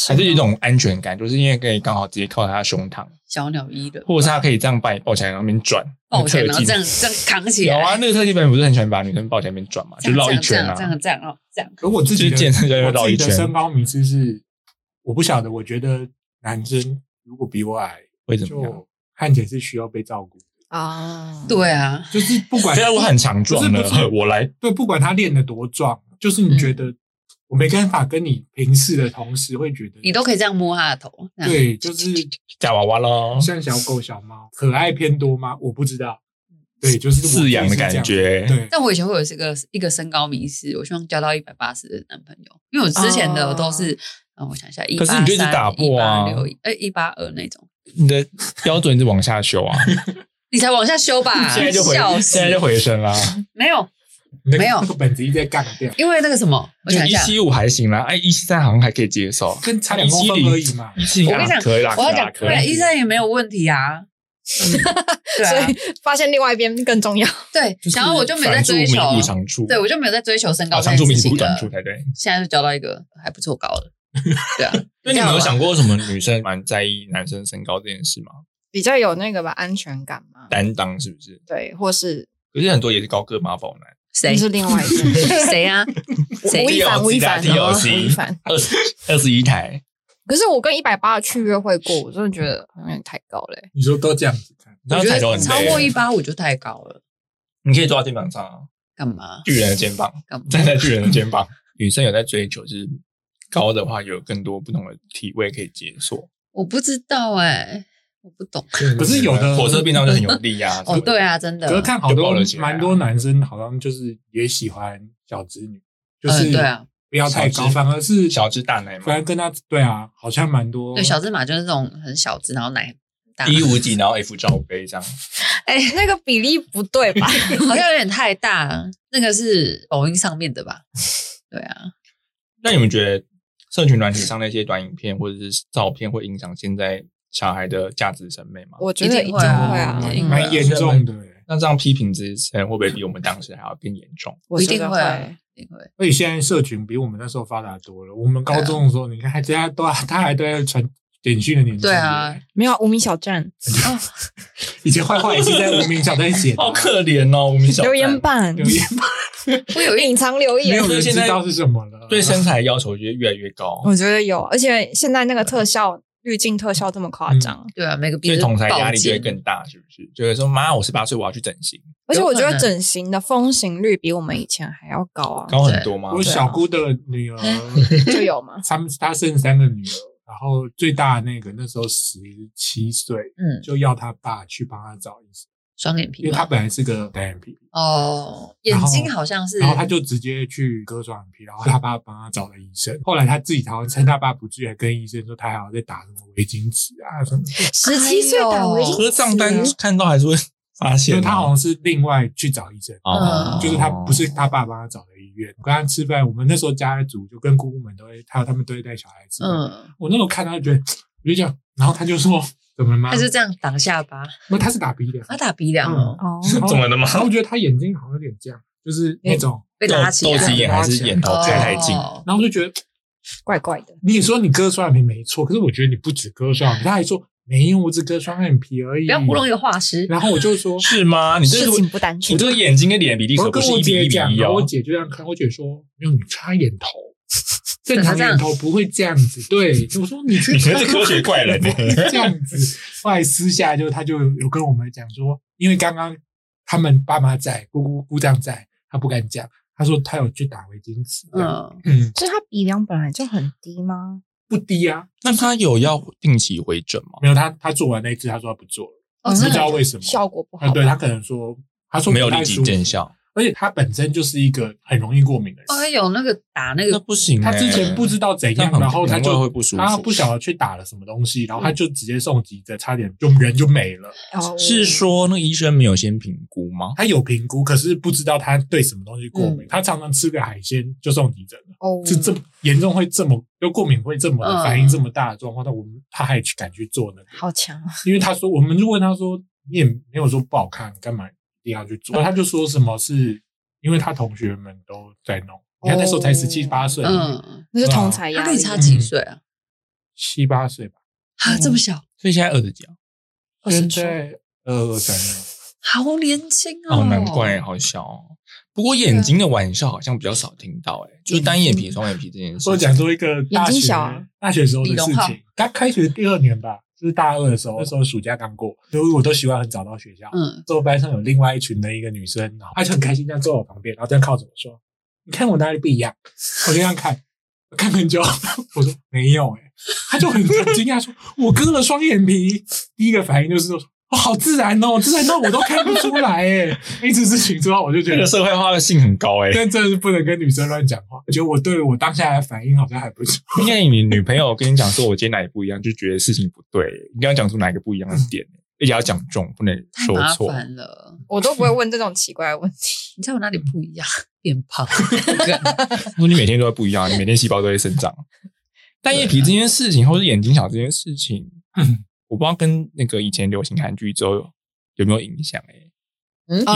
S1: 还是一种安全感，就是因为可以刚好直接靠在他胸膛，
S4: 小鸟依人，
S1: 或者是他可以这样把你抱起来，然后那边转，
S4: 抱起来，
S1: 那
S4: 然
S1: 个特技
S4: 后这样这样扛起
S1: 有
S4: 来，
S1: 啊，那个特技版不是很喜欢把女生抱起来那边转嘛，
S4: 这
S1: 就
S4: 样
S1: 绕一
S4: 这
S1: 圈
S4: 样这
S1: 啊
S4: 样。这样这样哦，这样
S3: 可我自己的
S1: 就是健身教练绕
S3: 我自
S1: 一
S3: 己
S1: 圈
S3: 的身高迷思是，我不晓得，我觉得男生如果比我矮，
S1: 会怎么样？
S3: 就看起来是需要被照顾的，
S2: 啊，
S4: 对啊，
S3: 就是不管
S1: 虽哎然我很强壮
S3: 不
S1: 的
S3: 是不是，
S1: 我来
S3: 对，不管他练得多壮，就是你觉得我没办法跟你平视的同时，会觉得
S4: 你都可以这样摸他的头，这样
S3: 对，就是
S1: 夹娃娃喽，
S3: 像小狗、小猫，可爱偏多吗？我不知道。对，就是我
S1: 饲养的感觉
S3: 就是这样对，
S4: 但我以前会有这个一个身高迷失，我希望交到一百八十的男朋友，因为我之前的都是，嗯，我想一下，一
S1: 啊可是
S4: 八
S1: 你就一直
S4: 三、
S1: 打
S4: 一
S1: 破啊
S4: 八六、呃一八二那种，
S1: 你的标准是往下修 [laughs] 啊，
S4: 你才往下修
S1: [laughs]
S4: 吧，
S1: 现在就回
S4: 啊笑死
S1: 现在，就回升啦。
S4: 没有，
S3: 那个
S4: 没有
S3: 那个本子一直在杠掉，
S4: 因为那个什么，我
S1: 就
S4: 想一
S1: 一
S4: 下，
S1: 七五还行啦，哎，一七三好像还可以接受，
S3: 跟差两公分而已嘛。
S1: 一七
S4: 我跟你讲
S1: 可以啦，
S4: 我要
S1: 可以啦
S4: 讲，
S1: 可以啦嗯
S4: 对，医生也没有问题啊， [laughs] 对
S2: 所
S4: 啊，
S2: 以发现另外一边更重要。 [laughs]
S4: 对，然后我就没有在追求，
S1: 反处弥补长处，
S4: 对我就没有在追求身高
S1: 啊
S4: 这
S1: 长
S4: 件
S1: 处弥
S4: 事情
S1: 补长
S4: 了
S1: 处，才对。
S4: 现在就交到一个还不错高的，对啊，
S1: [laughs] 那你们有想过为什么女生蛮在意男生身高这件事吗？
S2: 比较有那个吧，安全感嘛。
S1: 担当是不是？
S2: 对，或是
S1: 可是很多也是高个妈宝男，
S4: 谁
S2: 是另外一件事。
S1: [laughs]
S4: 谁啊？谁
S2: 吴亦凡，
S1: TLC
S2: 吴亦凡，
S1: 啊
S2: 好
S1: TLC 二
S2: 吗吴亦凡。
S1: 十二十一台，
S2: 可是我跟一百八去约会过，我真的觉得好像有点太高欸嘞、
S3: 你说都这
S1: [laughs]
S3: 样子看，
S1: 然后抬头很
S4: 超过一
S1: 累，啊
S4: 八五就太高了，
S1: 你可以坐到肩膀上啊，
S4: 干嘛？
S1: 巨人的肩膀，
S4: 干
S1: [laughs]
S4: 嘛？
S1: 站在巨人的肩膀。女生有在追求，就是高的话有更多不同的体位可以解锁。
S4: 我不知道哎、我不懂。
S3: 可是有的
S1: 火车变道就很有力啊。
S4: [laughs] 哦，对，啊，真的
S3: 可，是看好
S1: 就
S3: 多
S1: 抱了起来啊
S3: 蛮多男生好像就是也喜欢小子女，就
S4: 嗯，
S3: 是
S4: 对啊，
S3: 不要太
S1: 小
S3: 高，
S1: 只
S3: 反而是
S1: 小只大奶嘛
S3: 反而跟他对啊，好像蛮多
S1: 哦
S4: 对，小芝麻就是这种很小只，然后奶很大，
S1: 一五几，然后 F 罩杯这样，
S4: 哎、
S2: 那个比例不对
S4: [laughs]
S2: 吧？
S4: 好像有点太大了。那个是抖音上面的吧？对啊，
S1: 那你们觉得社群软体上那些短影片或者是照片会影响现在小孩的价值审美吗？
S2: 我觉得
S4: 一
S2: 一定
S4: 定会啊
S2: 会啊，
S4: 一定会
S3: 蛮严重的欸。
S1: 那这样批评之声会不会比我们当时还要更严重？
S2: 我
S4: 一
S2: 觉得
S4: 定会啊，一定会。
S3: 而且现在社群比我们那时候发达多了。我们高中的时候，你看还大家都他还都在传简讯的年纪，
S4: 对啊，，
S2: 没有无名小站
S4: 哦，
S3: 以前坏话也是在无名小站写的
S1: [laughs] 好，可怜哦，我们小
S2: 留言
S1: 吧。
S2: 板，
S3: 留
S1: [laughs]
S3: 言
S4: 我有一
S2: 隐藏留
S3: 没
S2: 言
S3: 有。人知道是什么了。
S1: 对身材要求就越来越高，
S2: 我觉得有，而且现在那个特效滤镜特效这么夸张，
S4: 对啊，每个
S1: 所
S4: 别
S1: 以
S4: 人
S1: 同台压力就会
S4: 最
S1: 更大，是不是？就会说妈，我十八岁，我要去整形，
S2: 而且
S4: 有
S2: 我
S4: 可
S2: 觉得
S4: 能
S2: 整形的风行率比我们以前还要高啊，
S1: 高很多吗？
S3: 我小姑的女
S1: [laughs]
S3: 儿，
S1: 嗯
S2: 就有吗？
S4: [laughs]
S3: 他们她生三个女儿，然后最大的那个那时候十七岁，
S4: 嗯
S3: 就要她爸去帮她找医生，
S4: 双眼
S3: 因
S4: 皮
S3: 为她
S4: 吧。
S3: 本来是个单眼皮，
S4: 哦，眼睛好像是，
S3: 然后她就直接去割双眼皮，然后她爸帮她找了医生。后来她自己好像趁她爸不注意，还跟医生说她还要再打什么维京纸啊什么的，
S2: 十七岁打围巾
S1: 可是账单
S4: 啊
S1: 看到还是会发
S3: 因
S1: 现
S3: 为
S1: 啊，
S3: 她好像是另外去找医生。
S4: 嗯
S1: 哦
S3: 就是她不是她爸帮她找的医院，我跟她吃饭，我们那时候家族就跟姑姑们都会，还有他们都会带小孩子。
S4: 嗯，
S3: 我那时候看他就觉得，我就这样，然后他就说怎么了吗？
S4: 他就这样挡下巴，
S3: 不，他是打鼻梁，
S4: 他打鼻梁哦，
S1: 嗯
S2: 哦，
S1: 怎么了吗
S3: 然后我觉得他眼睛好像有点这样，就是那种，
S4: [laughs] 被
S1: 豆
S4: 打起
S1: 豆
S4: 来，
S1: 子眼还是眼头
S4: 哦
S1: 太太近？
S3: 然后我就觉得
S2: 怪怪的。
S3: 你说你割双眼皮没错，可是我觉得你不止割双眼皮，他还说没有，我只割双眼皮而已。
S4: 不要糊弄一个画师。
S3: 然后我就
S4: [laughs]
S3: 说，
S1: 是吗？你这
S2: 事
S1: 个
S2: 情不单纯
S1: 你这个眼睛跟脸比例
S3: 我
S1: 可不
S3: 跟
S1: 是
S3: 我
S1: 一比
S3: 姐
S1: 一比
S3: 讲，
S1: 一
S3: 然后我
S1: 哦。
S3: 姐就这样看，我姐说没有，你擦眼
S1: [laughs]
S3: 头。正
S4: 怎么
S3: 常
S4: 这样
S3: 眼头不会这样子，对我说你去
S1: 你
S3: 看，
S1: 真是科学怪人欸
S3: 这样子。 [laughs] 后来私下就他就有跟我们讲说，因为刚刚他们爸妈在，姑姑姑丈在，他不敢讲，他说他有去打维京纸，
S4: 嗯，
S3: 嗯，
S2: 所以他鼻梁本来就很低吗？
S3: 不低啊，
S1: 那他有要定期回诊吗？
S3: 没有他他做完那一次，他说他不做了，
S4: 哦，
S3: 不
S4: 真
S3: 知道
S4: 的，
S3: 为什么，
S2: 效果不好
S3: 啊，
S2: 吧。
S3: 对他可能说他
S1: 嗯
S3: 说
S1: 没有
S3: 不太
S1: 立即
S3: 舒服
S1: 见，效，
S3: 而且他本身就是一个很容易过敏的人，
S4: 哦，他有那个打那
S1: 那
S4: 个，
S1: 不行欸。
S3: 他之前不知道怎样，
S1: 那很
S3: 然后他
S1: 难怪
S3: 就
S1: 会不舒服嗯
S3: 他不晓得去打了什么东西，然后他就直接送急诊，差点就人就没了。
S2: 哦
S1: 是说那个医生没有先评估吗？
S3: 他有评估，可是不知道他对什么东西过敏。
S4: 嗯
S3: 他常常吃个海鲜就送急诊了，
S2: 哦，
S1: 嗯
S3: 是这么严重会这么就过敏会这么
S4: 嗯
S3: 反应这么大的状况，那、我们他还去敢去做呢？
S2: 好强啊，
S3: 因为他说我们就问他说你也没有说不好看，干嘛一定要去做？他就说什么是因为他同学们都在弄，你看那时候才
S2: 哦
S3: 十七八岁，
S4: 嗯，
S2: 那是
S3: 啊
S2: 同才
S4: 他
S2: 压
S4: 跟你
S2: 力。
S4: 差几岁啊？
S3: 七八岁吧，
S4: 啊，
S1: 嗯
S4: 这么小，
S1: 所以现在二十几啊，
S4: 二十
S3: 现
S4: 出，
S3: 在二二三了。
S4: 好年轻哦，
S1: 哦，难怪，好小哦。不过眼睛的玩笑好像比较少听到，哎，就是单眼皮、双眼皮这件事。
S3: 我讲说一个大
S2: 眼睛
S3: 学
S2: 小啊
S3: 大学时候的
S4: 李
S3: 事
S4: 荣浩
S3: 情，刚开学第二年吧，就是大二的时候，那时候暑假刚过，所以我都喜欢很早到学校。
S4: 嗯，
S3: 之后班上有另外一群的一个女生，然后她就很开心这样坐我旁边，然后这样靠着我说：“你看我哪里不一样？”我就这样看，看很久，我说没有哎、欸，她就很很惊讶说：“我割了双眼皮。”第一个反应就是说。哦、好自然哦，自然到我都看不出来哎！一直是群之后，我就觉
S1: 这
S3: 得
S1: 个社会化的性很高，哎。
S3: 但真的是不能跟女生乱讲话。我觉得我对我当下的反应好像还不错。
S1: [laughs] 因为你女朋友跟你讲说，我今天哪里不一样，就觉得事情不对，一定要讲出哪一个不一样的点，而且要讲中，不能
S4: 太
S1: 说
S4: 麻
S1: 错。
S4: 烦了。
S2: 我都不会问这种奇怪的问题。
S4: 你知道我哪里不一样？变
S1: [laughs]
S4: 胖，
S1: 因为你每天都会不一样，你每天细胞都会生长。单眼皮这件事情，或是眼睛小这件事情，我不知道跟那个以前流行韩剧之后有没有影响诶、
S2: 哦，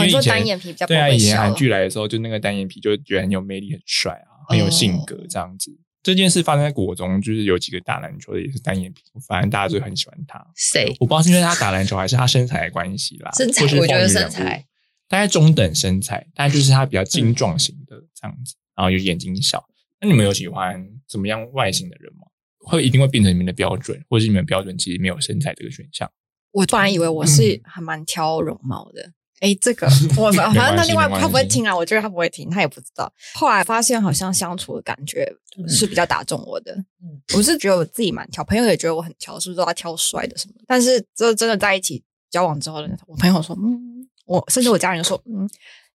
S1: 因为
S2: 你说
S1: 以前
S2: 单眼皮比较不
S1: 对啊，
S2: 会
S1: 以前
S2: 笑
S1: 韩剧来的时候，就那个单眼皮就觉得很有魅力、很帅
S4: 哦
S1: 啊，很有性格这样子。这件事发生在国中，就是有几个打篮球的也是单眼皮，反正大家就很喜欢他。
S4: 谁？
S1: 我不知道是因为他打篮球还是他身材的关系啦，
S4: 身材
S1: 或是
S4: 我觉得
S1: 风云人
S4: 身材
S1: 物大概中等身材，大概就是他比较精壮型的这样子，然后有眼睛小。那你们有喜欢怎么样外形的人吗？会一定会变成你们的标准，或是你们标准其实没有身材这个选项？
S2: 我本来以为
S3: 嗯
S2: 我是还蛮挑容貌的。哎，这
S3: [laughs]
S2: 个我反
S1: 没关系
S2: 正他另外
S1: 没关系
S2: 他不会听啊，我觉得他不会听，他也不知道。后来发现好像相处的感觉
S1: 嗯
S2: 是比较打中我的
S4: 嗯，
S2: 我是觉得我自己蛮挑，朋友也觉得我很挑，是不是都要挑帅的什么的？但是这真的在一起交往之后呢，我朋友说，嗯，我甚至我家人就说，嗯，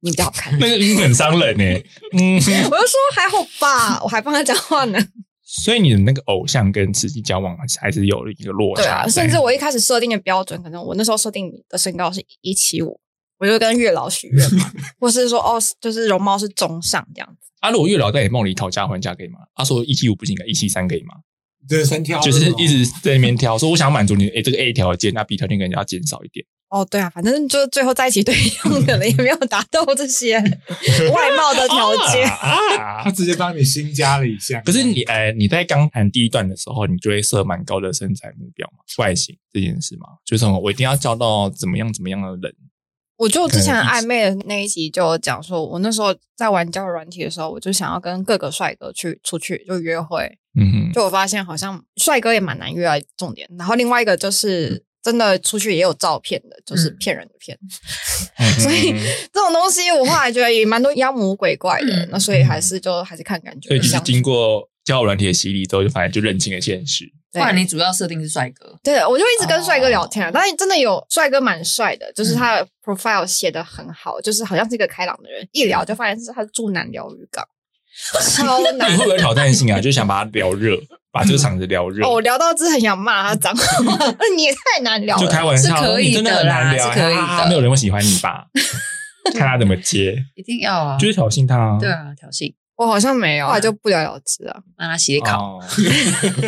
S2: 你比较好看。
S1: [laughs] 那个很伤人呢、嗯， [laughs]
S2: 我就说还好吧，我还帮他讲话呢。
S1: 所以你的那个偶像跟实际交往还是有一个落差
S2: 对
S1: 在。
S2: 啊，甚至我一开始设定的标准，可能我那时候设定的身高是一七五，我就跟月老许愿 [laughs] 嘛，或是说哦，就是容貌是中上这样子。
S1: 啊，如果月老在你梦里讨价还价可以吗？他说一七五不行，啊一七三可以吗？
S2: [laughs]
S3: 这三条
S2: 哦
S1: 就是一直在那边挑，说我想满足你，诶，这个 A 条件，那 B 条件可能要减少一点。
S2: 哦，对啊，反正就最后在一起对象可能也没有达到这 [laughs] 些外貌的条件。
S1: 啊
S3: [laughs] 他
S1: 啊
S3: 直接帮你新加了一项。
S1: 可是你呃，你在刚谈第一段的时候，你就会设蛮高的身材目标嘛，外形这件事嘛，就是我一定要交到怎么样怎么样的人。
S2: 我就之前
S1: 可能一
S2: 暧昧的那一集就有讲说，我那时候在玩交友软体的时候，我就想要跟各个帅哥去出去就约会，
S1: 嗯哼，
S2: 就我发现好像帅哥也蛮难约啊，重点。然后另外一个就是真的出去也有照片的，就是
S4: 嗯
S2: 骗人的骗。
S1: 嗯哼
S2: 所以 [laughs] 这种东西我后来觉得也蛮多妖魔鬼怪的，
S4: 嗯
S2: 那所以还是就还是看感觉。
S1: 所以就是
S2: 这样
S1: 经过交友软体的洗礼之后，就反正就认清了现实。
S4: 不然
S2: 对
S4: 你主要设定是帅哥，
S2: 对，我就一直跟帅哥聊天啊，但是真的有帅哥蛮帅的，就是他的 profile 写的很好，就是好像是一个开朗的人，一聊就发现是他住南寮渔港，超
S1: 那
S2: 难
S1: 你会。不会有挑战性啊？就想把它聊热，把这个场子聊热
S2: 哦，。我聊到之很想骂他脏话， [laughs] 你也太难聊
S1: 就
S2: 了。
S1: 开玩笑，
S4: 是可以的啦
S1: 你真的很难聊，
S4: 是可以的
S1: 哈哈没有人会喜欢你
S4: [laughs]
S1: 吧？看他怎么接，
S4: 一定要啊，
S1: 就是挑衅他、啊。
S4: 对啊，挑衅，
S2: 我好像没有，后来就不了了之啊。
S4: 让他写考，
S1: 哦，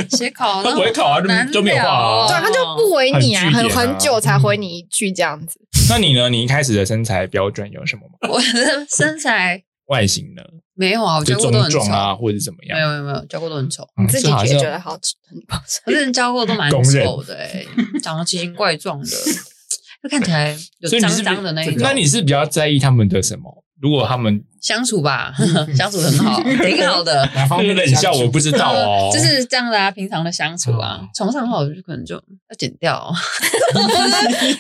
S4: 写考，
S1: 他不会考啊就
S4: 难
S1: 就没有话啊
S4: 聊
S2: 对啊，他就不回你啊，
S1: 很
S2: 很
S1: 据点啊
S2: 很久才回你一句这样子。
S1: 那你呢？你一开始的身材标准有什么吗？
S4: 我的身材
S1: 外形呢？
S4: 没有啊，我
S1: 就
S4: 教过
S1: 中
S4: 都很丑
S1: 壮，啊，或者怎么
S4: 没
S1: 样？嗯
S4: 有没有没有，教过都很丑。
S2: 你自己
S1: 这好
S2: 觉
S1: 像
S2: 觉得好吃，很抱歉。
S4: 我之前教过都蛮
S1: 公认
S4: 丑的、欸，长得奇形怪状的，就看起来有
S1: 所以你
S4: 脏
S1: 是比
S4: 脏的那一种。
S1: 那你是比较在意他们的什么？如果他们
S4: 相处吧，
S1: 嗯
S4: 相处很好，挺好的。
S3: 哪方
S1: 那个
S3: 面的
S1: 冷
S3: 相
S1: 笑，
S3: 处
S1: 我不知道哦。
S4: [laughs] 就是这样的啊，平常的相处
S1: 嗯
S4: 啊，崇尚好就可能就要剪掉哦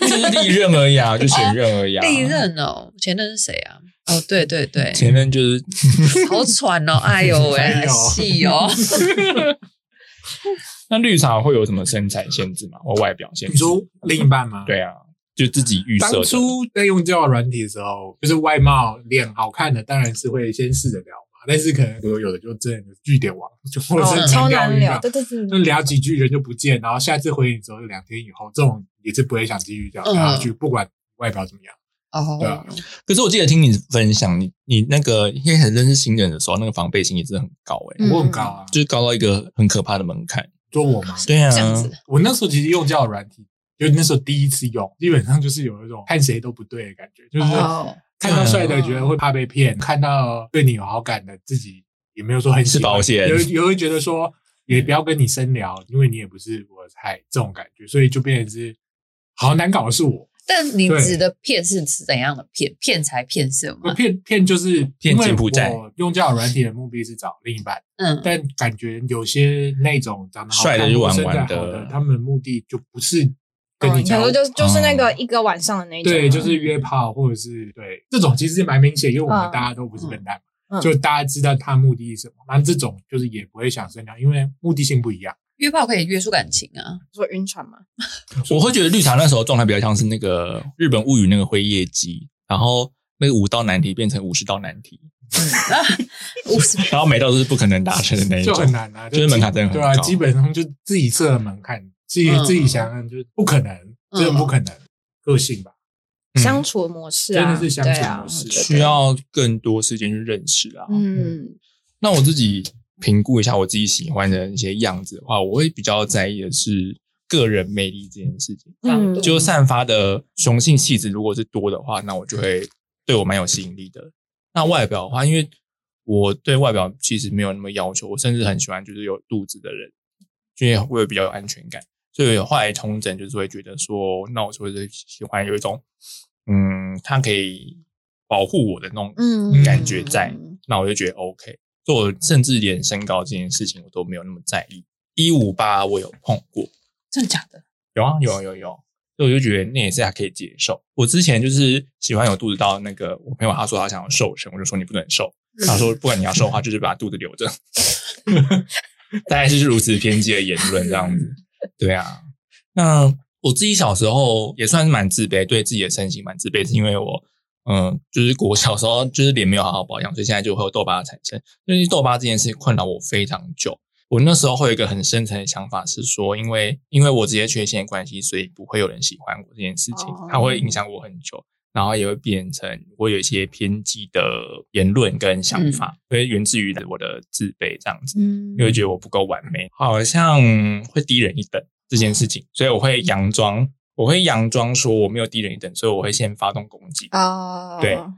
S1: 就是利刃而已
S4: [laughs]
S1: 啊，就前任而已啊。
S4: 利刃哦。前任是谁啊？哦，对对对，
S1: 前任就是
S4: 好喘哦，哎呦
S1: [laughs]
S4: 喂，
S3: 哎
S4: 好
S3: 呦
S4: 细哦。
S1: 那绿茶会有什么身材限制吗？或外表限制？
S3: 你说另一半吗？。
S1: 对啊，就自己预设的
S3: 当初在用交友软体的时候，就是外貌脸好看的，当然是会先试着聊嘛。但是可能有有的就真的据点王，就或者
S2: 哦
S3: 是
S2: 超
S3: 常
S2: 难
S3: 遇
S2: 聊，
S3: 到，
S2: 对对对
S3: 就聊几句人就不见，然后下次回你之后就两天以后，这种也是不会想继续聊
S4: 嗯
S3: 下去，不管外表怎么样。对
S4: 哦
S3: 啊，
S1: 可是我记得听你分享，你你那个一开始认识新人的时候，那个防备心也是很高诶、
S2: 嗯
S3: 我很高啊，
S1: 就是高到一个很可怕的门槛。
S3: 说我吗？
S1: 对啊，
S4: 这样子，
S3: 我那时候其实用交友软体，就那时候第一次用，基本上就是有一种看谁都不对的感觉，就是
S4: 哦，
S3: 看到帅
S1: 嗯
S3: 的觉得会怕被骗，看到对你有好感的自己也没有说很喜
S1: 是
S3: 欢
S1: 保险
S3: 有有会觉得说也不要跟你深聊，因为你也不是我的菜这种感觉，所以就变成是好难搞的是我，
S4: 但你
S3: 对
S4: 指的骗是指怎样的骗？骗财骗色
S3: 我
S4: 吗？
S3: 骗骗就是
S1: [laughs] 骗
S3: 因为
S1: 柬埔寨
S3: 我用交友软体的目的是找另一半，
S4: 嗯，
S3: 但感觉有些那种长得好
S1: 帅
S3: 看
S1: 的就
S3: 或
S1: 玩
S3: 身材
S1: 玩
S3: 好
S1: 的
S3: 的，他们目的就不是跟
S2: 哦
S3: 你
S2: 你想
S3: 交
S2: 说
S3: 往。
S2: 就是就是那个一个晚上的那一种啊，
S3: 对，就是约炮或者是对这种，其实蛮明显，因为我们大家都不是笨蛋，
S2: 嗯嗯
S3: 就大家知道他目的是什么。那这种就是也不会想深聊，因为目的性不一样。
S4: 约炮可以约出感情啊。
S2: 说晕船嘛，
S1: 我会觉得绿茶那时候状态比较像是那个日本物语那个辉夜姬，然后那个五道难题变成五十道难题，
S4: 五十
S1: 然后每道都是不可能达成的那一
S3: 就
S1: 种，
S3: 很难
S1: [laughs]
S3: 啊，
S1: 就是
S3: 基
S1: 门槛真的很
S3: 对
S1: 高。
S3: 啊，基本上就自己设的门槛，自己、
S4: 嗯
S3: 自己想想就是不可能，真的不可能，个性吧，
S1: 嗯
S2: 相处模式
S3: 真
S2: 啊，
S3: 的是相处
S2: 对啊
S3: 模式
S2: 对
S1: 需要更多时间去认识啊。
S2: 嗯，
S1: 那我自己评估一下我自己喜欢的一些样子的话，我会比较在意的是个人魅力这件事情。
S2: 嗯
S1: 就散发的雄性气质如果是多的话，那我就会对我蛮有吸引力的。那外表的话，因为我对外表其实没有那么要求，我甚至很喜欢就是有肚子的人，因为会比较有安全感。所以后来重整就是会觉得说，那我就会喜欢有一种，嗯，他可以保护我的那种
S2: 嗯
S1: 感觉在，
S4: 嗯
S1: 那我就觉得 OK。所以我甚至连身高这件事情我都没有那么在意，一五八我有碰过，
S4: 真的假的？
S1: 有啊，有啊有啊有啊，所以我就觉得那也是还可以接受。我之前就是喜欢有肚子到那个我朋友他说他想要瘦身，我就说你不能瘦，他说不管你要瘦的话，就是把肚子留着。大概就是如此偏激的言论这
S4: [laughs]
S1: 样子，对啊。那我自己小时候也算是蛮自卑，对自己的身形蛮自卑，是因为我嗯，就是我小时候就是脸没有好好保养，所以现在就会有痘疤的产生。因为痘疤这件事困扰我非常久，我那时候会有一个很深层的想法是说，因为因为我职业缺陷的关系，所以不会有人喜欢我这件事情，
S4: 哦
S1: 它会影响我很久，然后也会变成我有一些偏激的言论跟想法，所以源自于我的自卑这样子。
S4: 嗯
S1: 因为觉得我不够完美，好像会低人一等这件事情，所以我会佯装，我会佯装说我没有低人一等，所以我会先发动攻击，
S2: 哦，
S1: 对
S4: 哦，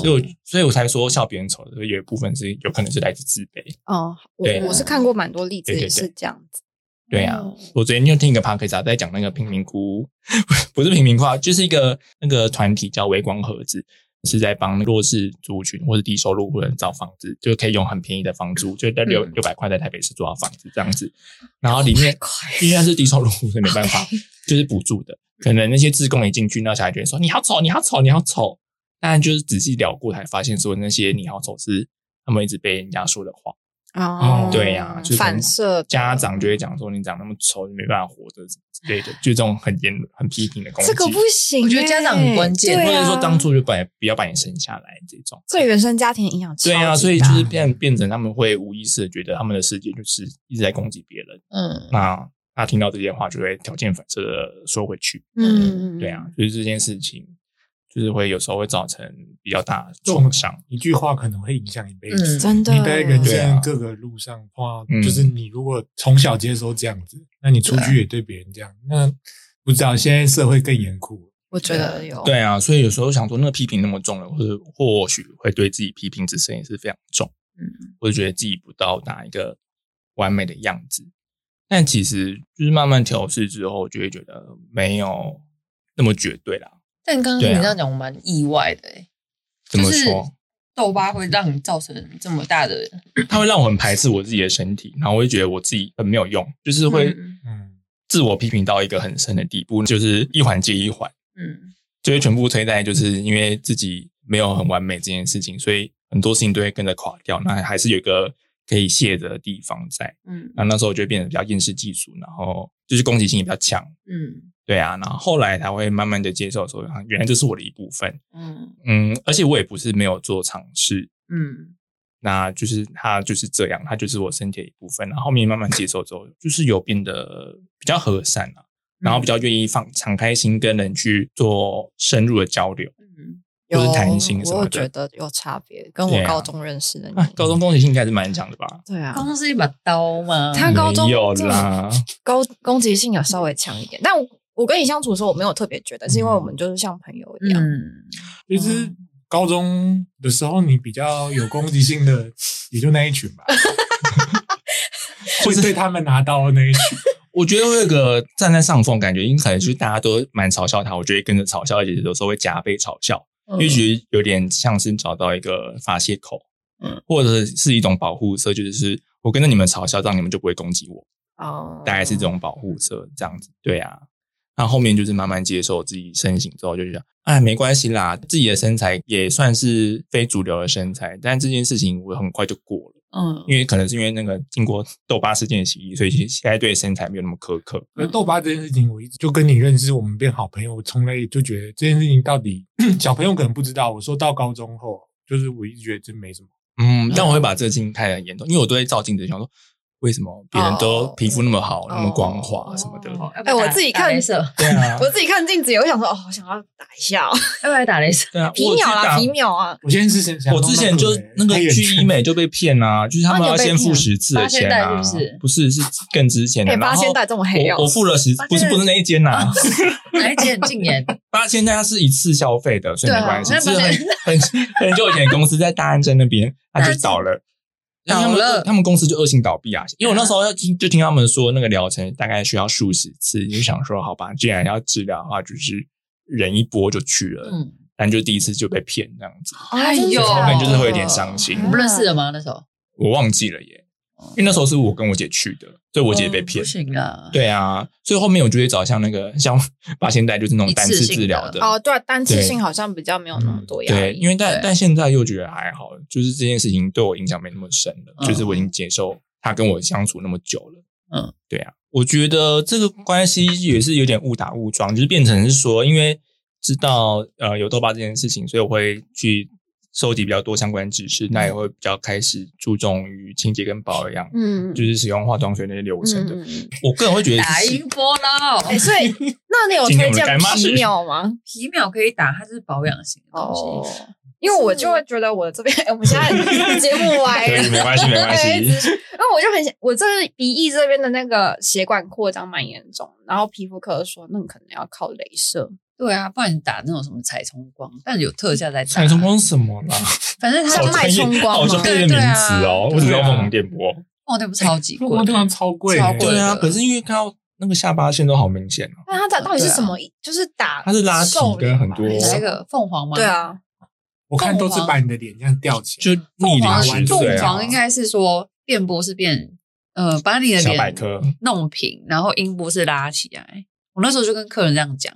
S1: 所以我所以我才说笑别人丑，所以有一部分是有可能是来自自卑。
S2: 哦，我
S1: 对
S2: 我是看过蛮多例子
S1: 对对对
S2: 也是这样子，
S1: 对啊，我昨天就听一个 p o d c a 在讲那个贫民窟， [laughs] 不是贫民窟啊，就是一个那个团体叫微光盒子，是在帮弱势族群或者低收入户人造房子，就可以用很便宜的房租，就在六
S4: 嗯
S1: 六百块在台北市租到房子这样子。然后里面因为它是低收入户，所以没办法，就是补助的。可能那些志工一进去，那小孩就会说你好丑，你好丑，你好丑。但就是仔细聊过，才发现说那些你好丑是他们一直被人家说的话。
S2: 哦
S3: 哦，
S1: 对呀、就是可能
S2: 反射
S1: 家长就会讲说你长那么丑，你没办法活着之类
S2: [laughs]
S1: 的，就这种很严很批评的攻击。
S2: 这个不行欸，
S4: 我觉得家长很关键
S2: 对啊
S1: 或者说当初就把你不要把你生下来这种。
S2: 对原生家庭影响
S1: 对
S2: 呀，
S1: 啊，所以就是变变成他们会无意识的觉得他们的世界就是一直在攻击别人，
S4: 嗯，
S1: 那他听到这些话就会条件反射的说回去。
S2: 嗯，
S1: 对啊，，就是这件事情，就是会有时候会造成比较大的
S3: 这种
S1: 创伤。
S3: 一句话可能会影响一辈子。
S4: 嗯
S2: 真的，
S3: 你在人
S1: 对
S3: 生
S1: 啊
S3: 各个路上碰
S1: 嗯啊
S3: 到，就是你如果从小接收这样子，那你出去也对别人这样，那不知道现在社会更严酷，
S2: 我觉得有，
S1: 对啊，所以有时候想说，那个批评那么重了，或者或许会对自己批评之声也是非常重，
S4: 嗯，
S1: 或者觉得自己不到达一个完美的样子。但其实就是慢慢调试之后，就会觉得没有那么绝对啦。
S4: 但刚刚
S1: 对
S4: 你
S1: 啊
S4: 这样讲，我蛮意外的欸，
S1: 怎么
S4: 就是
S1: 说？
S4: 痘疤会让你造成这么大的，
S1: 它会让我很排斥我自己的身体，然后我就觉得我自己很没有用，就是会
S4: 嗯
S3: 嗯，
S1: 自我批评到一个很深的地步，就是一环接一环。
S4: 嗯
S1: 就会全部推在就是因为自己没有很完美这件事情，所以很多事情都会跟着垮掉。那还是有一个可以卸责的地方在。
S4: 嗯
S1: 那那时候我就会变得比较厌世技术，然后就是攻击性也比较强。
S4: 嗯
S1: 对啊，然后后来才会慢慢的接受说，啊原来这是我的一部分。
S4: 嗯
S1: 嗯，而且我也不是没有做尝试，
S4: 嗯
S1: 那就是它就是这样，它就是我身体的一部分。然后后面慢慢接受之后，就是有变得比较和善啊，然后比较
S2: 嗯
S1: 愿意放敞开心跟人去做深入的交流。
S4: 嗯
S1: 或
S2: 有
S1: 是弹性什么的
S2: 我有觉得有差别，跟
S1: 对
S2: 我
S1: 啊
S2: 高中认识的你
S1: 啊，，高中攻击性应该是蛮强的吧？
S2: 对啊，
S4: 刚刚是一把刀吗？
S2: 他高中
S1: 没有
S2: [laughs]
S1: 啦，
S2: 高攻击性有稍微强一点，但我我跟你相处的时候，我没有特别觉得，是因
S1: 嗯
S2: 为我们就是像朋友一样，
S4: 嗯
S3: 就是高中的时候你比较有攻击
S1: [laughs]
S3: 性的，也就那一群吧，会对他们拿刀的那一
S1: [laughs]
S3: 群，
S1: 我觉得我有个站在上风的感觉，因为可能就是大家都蛮嘲笑他，我觉得跟着嘲笑，而且有时候会加倍嘲笑，因为觉得有点像是找到一个发泄口，
S4: 嗯
S1: 或者是一种保护色，就是我跟着你们嘲笑，这样你们就不会攻击我，
S2: 哦，
S1: 大概是这种保护色这样子。对啊，那后面就是慢慢接受自己身形之后，就觉得哎，没关系啦，自己的身材也算是非主流的身材，但这件事情我很快就过了。
S4: 嗯
S1: 因为可能是因为那个经过痘疤事件的洗礼，所以其实现在对身材没有那么苛刻。
S3: 可是痘疤这件事情，我一直就跟你认识，我们变好朋友，我从来就觉得这件事情到底 [clears throat] 小朋友可能不知道。我说到高中后，就是我一直觉得这没什么，
S1: 嗯，但我会把这个镜看得很严重，因为我都会照镜子想说，为什么别人都
S2: 哦
S1: 皮肤那么好、那么光滑什么的？
S4: 哦要不
S2: 哎我
S4: 打
S2: 自己
S4: 打
S2: 看
S4: 镭射
S1: [laughs] 对啊，
S2: 我自己看镜子也会想说，哦，我想要打一下、哦、
S4: 要不要打镭射？
S1: [laughs] 对啊，
S2: 皮
S1: 我
S2: 秒
S1: 知
S2: 啦，
S1: 道
S2: 皮。秒啊，
S3: 我现在是想，
S1: 我之前就那个去医美就被骗啦、就是他们要先付十次的钱啊
S4: 八千代是不是，
S1: 不是是更之前
S2: 哎、
S1: 的。
S2: 八千代这么黑
S1: 然
S2: 哦啊
S1: 后我，我付了十
S4: 八千，
S1: 不
S4: 代
S1: 是不是那一间呐、
S4: [laughs] 哪一间禁言？
S1: 八千代它是一次消费的，所以没
S2: 对啊
S1: 关系。
S4: 那
S1: 是
S4: 八
S1: 很
S4: 千
S1: 很很久以前的公司在大安镇那
S4: [laughs]
S1: 边，它就倒了。因为他们
S4: 倒了
S1: 他们公司就恶性倒闭啊！因为我那时候要听，就听他们说那个疗程大概需要数十次，就想说好吧，既然要治疗的话，就是忍一波就去了。
S4: 嗯，
S1: 但就第一次就被骗这样子，
S4: 哎呦
S1: 后面就是会有点伤心
S2: 啊
S4: 你。们认识了吗？那时候
S1: 我忘记了耶，因为那时候是我跟我姐去的，所以我姐被骗
S4: 不。行啊。，
S1: 对啊，所以后面我就会找像那个像 [laughs] 八千代就是那种单
S4: 一次
S1: 次
S4: 性
S1: 治疗
S4: 的
S1: 的
S2: 哦，对啊，单次
S1: 对嗯
S2: 性好像比较没有那么多压
S1: 对，
S2: 力，
S1: 因为但
S4: 对
S1: 但现在又觉得还好，就是这件事情对我影响没那么深了，
S4: 嗯
S1: 就是我已经接受他跟我相处那么久了。
S4: 嗯，
S1: 对啊，我觉得这个关系也是有点误打误撞，就是变成是说，因为知道呃有痘疤这件事情，所以我会去收集比较多相关知识，
S4: 嗯
S1: 那也会比较开始注重于清洁跟保养，
S2: 嗯，
S1: 就是使用化妆水那些流程的。
S2: 嗯嗯嗯
S1: 我个人会觉得
S4: 打
S1: 是
S4: 音波喽，
S2: 哎、所
S1: [laughs]
S2: 以那你有
S1: 今天我们
S2: 推荐
S1: 干妈
S2: 皮
S1: 是
S2: 秒
S4: [laughs]
S2: 吗？
S4: 皮秒可以打，它就是保养型的东西。
S2: 哦，因为我就会觉得我这边，哎我们现在节目歪
S1: 可 [laughs]
S2: 了
S1: 以，。没关系，没关
S4: [laughs]
S2: 对，一
S1: 系。
S2: 直因为我就很想，我这鼻翼这边的那个血管扩张蛮严重，然后皮肤科说，那你可能要靠镭射。
S4: 对啊，不然你打那种什么彩冲光，但有特价在打。
S1: 彩冲，光是什么
S4: [laughs]
S1: 啦？
S4: 反正它
S2: 好
S1: 好
S2: 像卖
S1: 专业
S2: 冲光
S1: 好
S2: 吗
S1: 专业的名词哦，
S4: 对对啊
S1: 我只知道凤凰电波。
S4: 哦，那不
S1: [laughs]
S4: 超级贵
S3: 中国地方超贵
S4: 超
S3: 欸，
S4: 贵对
S1: 对啊，
S4: 的
S1: 可是因为看到那个下巴线都好明显哦，
S2: 那它到到底是
S4: 啊
S2: 什么？就是打
S1: 它是拉提
S2: 瘦脸
S1: 跟很
S2: 吗
S1: 多
S2: 还是
S4: 那
S2: 什么
S4: 个凤凰吗？
S2: 对，啊，
S3: 我看都是把你的脸这样吊起来，
S1: 就逆
S4: 凤凰
S1: 龄
S3: 的
S1: 十
S4: 凤
S1: 岁啊
S4: 凰，应该是说电波是变呃，把你的
S1: 小百
S4: 脸
S1: 科。
S4: 弄平，然后音波是拉起来。我那时候就跟客人这样讲，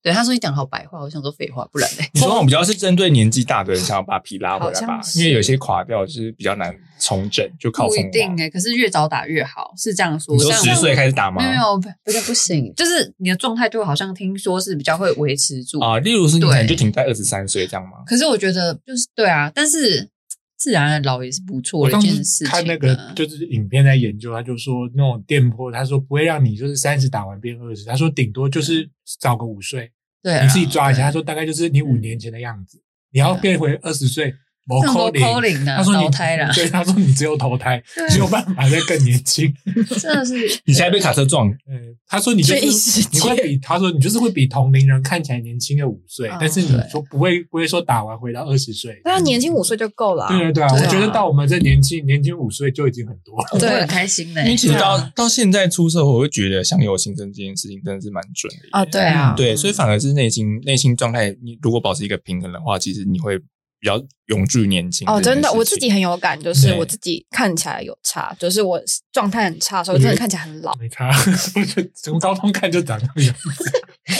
S4: 对他说你讲得好白话，我想说废话，不然嘞。
S1: 你说我比较是针对年纪大的人，想要把皮拉回来
S2: 好
S1: 吧
S2: 像，是
S1: 因为有些垮掉就是比较难重整，就 [laughs] 靠
S4: 不
S1: 凤
S4: 一定
S1: 凰。
S4: 哎、可是越早打越好，是这样说。
S1: 你说
S4: 像
S1: 十岁开始打吗
S4: 没？有没有，不是不行，就是你的状态就好像听说是比较会维持住
S1: 啊，例如是你
S4: 对
S1: 可能就停在二十三岁这样吗？
S4: 可是我觉得就是对啊，但是自然而老也是不错
S3: 我
S4: 的
S3: 当
S4: 一
S3: 时
S4: 件事情、啊。
S3: 看那个就是影片在研究，他就说那种电波，他说不会让你就是三十打完变二十，他说顶多就是找个五岁，
S4: 嗯对啊，
S3: 你自己抓一下。他
S4: 对，嗯啊
S3: 说大概就是你五年前的样子，你要变回二十岁，我
S4: 像
S3: 扣
S4: 我
S3: 零。
S4: 扣零啊，
S3: 他说你
S4: 淘汰啦，
S3: 对，他说你只有投胎，
S4: [laughs] 对啊
S3: 只有办法再更年轻。 [laughs]
S4: 真的 [laughs] 是
S1: 你现在被卡车撞，
S3: 嗯，他说你就
S2: 这一
S3: 是
S2: 世界
S3: 你会比他说你就是会比同龄人看起来年轻个五岁
S2: 哦，
S3: 但是你
S4: 啊对
S3: 说不会不会说打完回到二十岁。
S2: 但它啊年轻五岁就够了、啊。
S3: 对对对啊，
S4: 对啊
S3: 我觉得到我们这年纪，年轻五岁就已经很多了。
S4: 我
S2: 对
S4: 会很开心的、
S1: 因为其实
S2: 对啊
S1: 到到现在出社会，我会觉得享有新生这件事情真的是蛮准的耶
S2: 啊，对啊，
S1: 嗯
S4: 嗯
S1: 对，所以反而是内心内心状态，你如果保持一个平衡的话，其实你会比较永驻年轻。
S2: 哦，真的，我自己很有感，就是
S1: 对
S2: 我自己看起来有差，就是我状态很差的时候，我真的看起来很老。
S3: 没差，我觉得从高中看就长
S1: [laughs]
S3: 那样。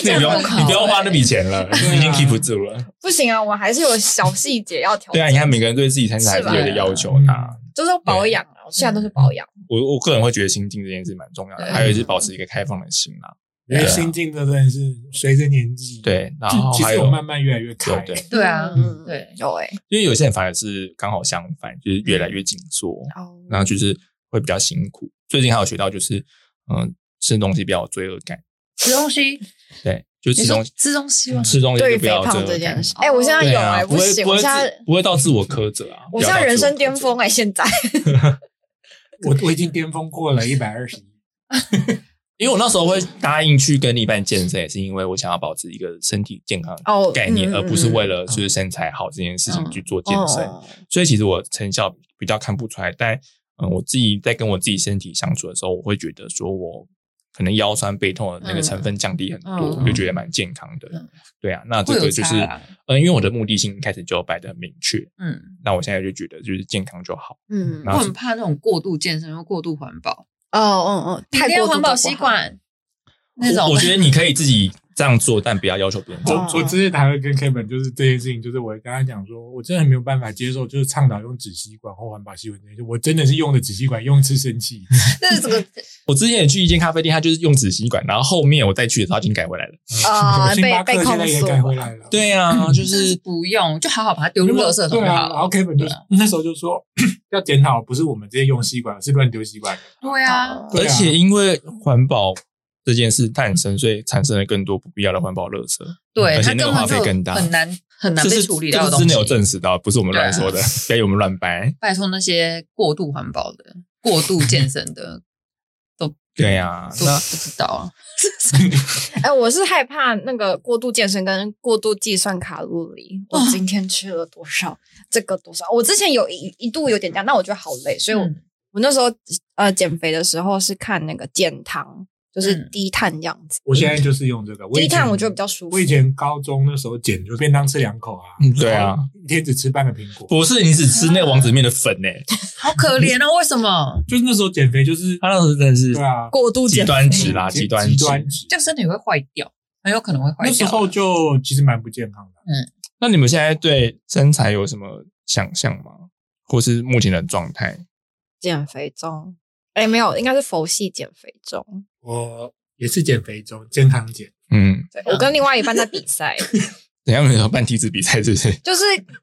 S1: 那你不要
S2: 这样很好
S1: 你不要花那笔钱了，
S3: 对啊
S1: 你已经 keep 不住了。
S2: 不行啊，我还是有小细节要调整。
S1: 对啊，你看每个人对自己身材还是有一个要求的啊。
S2: 就是要保养啊，我现在都是保养。
S1: 我我个人会觉得心境这件事蛮重要的，
S4: 对
S1: 还有就是保持一个开放的心啦。
S3: 因为心境这真的是随着年纪，，
S1: 啊对，啊然后
S3: 其
S1: 还
S3: 实
S1: 有
S3: 我慢慢越来越开。
S1: 对对，
S4: 对啊，
S2: 嗯
S4: 对
S2: 有哎，
S1: 因为有些人反而是刚好相反，就是越来越紧缩，
S2: 哦，
S1: 然后就是会比较辛苦。最近还有学到就是，嗯，吃东西不要有罪恶感，
S4: 吃东西，嗯
S1: 对，就
S4: 你
S1: 吃
S4: 说
S1: 东西
S4: 吃东西吗？
S1: 吃东西
S2: 对于
S1: 就不
S2: 肥
S1: 要有罪
S2: 胖
S1: 恶
S2: 这件
S1: 感。
S2: 事，哎，我现在
S1: 对
S2: 有
S1: 啊，
S2: 哎，
S1: 不会
S2: 行，
S1: 不
S2: 我
S1: 会
S2: 现在
S1: 自不会到自我苛责啊，
S2: 我
S1: 不
S2: 现
S1: 要
S2: 在
S1: 到
S2: 人
S1: 自我
S2: 生
S1: 苛
S2: 巅
S1: 责。
S2: 峰哎，
S1: [laughs]
S2: 现在
S3: 我我已经巅峰过了一百二十一，
S1: 因为我那时候会答应去跟另一半健身，也是因为我想要保持一个身体健康
S2: 哦
S1: 的概念，
S2: 嗯嗯
S1: 而不是为了就是身材好这件事
S4: 嗯
S1: 情去做健身。
S2: 哦
S1: 所以其实我成效比较看不出来，但嗯，我自己在跟我自己身体相处的时候，我会觉得说我可能腰酸背痛的那个成分降低很多，
S4: 嗯嗯
S1: 我就觉得蛮健康的。
S4: 嗯
S1: 对啊，那这
S4: 会有
S1: 个就是
S4: 差啦
S1: 嗯，因为我的目的性一开始就摆的很明确，
S4: 嗯，
S1: 那我现在就觉得就是健康就好。
S2: 嗯，
S1: 然
S4: 我
S1: 后
S4: 很怕那种过度健身又过度环保，
S2: 哦哦哦，
S4: 一定
S2: 太
S4: 要
S2: 过
S4: 环保吸管那种
S1: 我
S4: [laughs]
S1: 我觉得你可以自己这样做，但不要要求别人这
S3: 我
S1: 样。
S2: 哦
S3: 我之前还会跟 Kevin 就是这件事情，就是我跟他讲说，我真的没有办法接受，就是倡导用纸吸管或环保吸管这件事，我真的是用的纸吸管用吃生气。
S4: 这是这个
S1: 我之前也去一间咖啡店，它就是用纸吸管，然后后面我再去的时候，它已经改回来了。 [laughs]
S2: 啊
S3: 星巴克
S2: 被被
S3: 现在也
S2: 控诉
S3: 改回来了。
S1: 对啊，就
S4: 嗯就是
S1: 是
S4: 不用，就好好把它丢入垃圾桶
S3: 对
S4: 就
S3: 啊，
S4: 好
S3: 然后
S4: 了。
S3: Kevin 就是
S4: 对啊
S3: 那时候就说 [coughs] 要检讨，不是我们这些用吸管，是乱丢吸管。
S4: 对啊，
S1: 而
S3: 对啊
S1: 且因为环保这件事诞生，所以产生了更多不必要的环保垃圾。
S4: 对，
S1: 而且
S4: 它
S1: 那个
S4: 根本
S1: 花费
S4: 就
S1: 更大，
S4: 很难很难
S1: 这
S4: 被
S1: 是
S4: 处理掉
S1: 这
S4: 的
S1: 个
S4: 东西。啊
S1: 真的有证实到，不是我们乱说的，不要以为我们乱掰。
S4: 拜托那些过度环保的、过度
S1: [laughs]
S4: 健身的，都
S1: 对呀
S4: 都
S1: 那
S4: 不知道啊。
S2: 哎，我是害怕那个过度健身跟过度计算卡路里，我
S4: 哦
S2: 今天吃了多少，这个多少。我之前有一一度有点这样，但我觉得好累，所以我
S4: 嗯
S2: 我那时候呃减肥的时候是看那个减糖，就是
S4: 嗯
S2: 低碳这样子。
S3: 我现在就是用这个我以
S2: 低
S3: 前
S2: 碳我觉得比较舒服
S3: 我以。前高中那时候减，就便当吃两口啊，
S1: 嗯对啊，
S3: 一天只吃半个苹果。
S1: 不是你只吃那个王子面的粉欸呢、
S4: 好可怜哦，为什么？
S3: 就是那时候减肥，就是
S1: 他那时候真的是
S3: 对啊，嗯
S2: 过度
S1: 极
S2: 减
S1: 端
S2: 肥
S1: 值啦，极端
S3: 极
S1: 值。
S3: 端值
S4: 这。样身体会坏掉，很有可能会坏掉。
S3: 那时候就其实蛮不健康的。
S1: 那你们现在对身材有什么想象吗？或是目前的状态？
S2: 减肥中，哎，没有，应该是佛系减肥中。
S3: 我也是减肥中，健康减。
S1: 嗯，
S2: 对我跟另外一半在比赛， [laughs]
S1: 怎样有办体脂比赛？是不是？
S2: 就是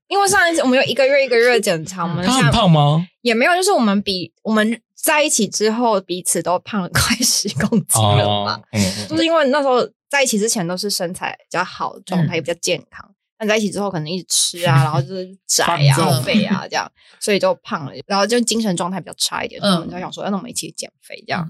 S2: 因为上一次我们有一个月一个月的检查，我们
S1: 他
S2: 像
S1: 很胖吗？
S2: 也没有，就是我们比我们在一起之后彼此都胖了快十公斤了吧？
S1: 哦，嗯，嗯
S2: 就是因为那时候在一起之前都是身材比较好，状态也比较健康。
S1: 嗯
S2: 但在一起之后，可能一直吃
S1: [laughs]
S2: 啊，然后就是窄
S3: 放
S2: 啊、
S4: 纵
S2: 肥啊这样，所以就胖了。然后就精神状态比较差一点，所以我
S1: 嗯
S2: 们就想说，哎那我们一起减肥这样。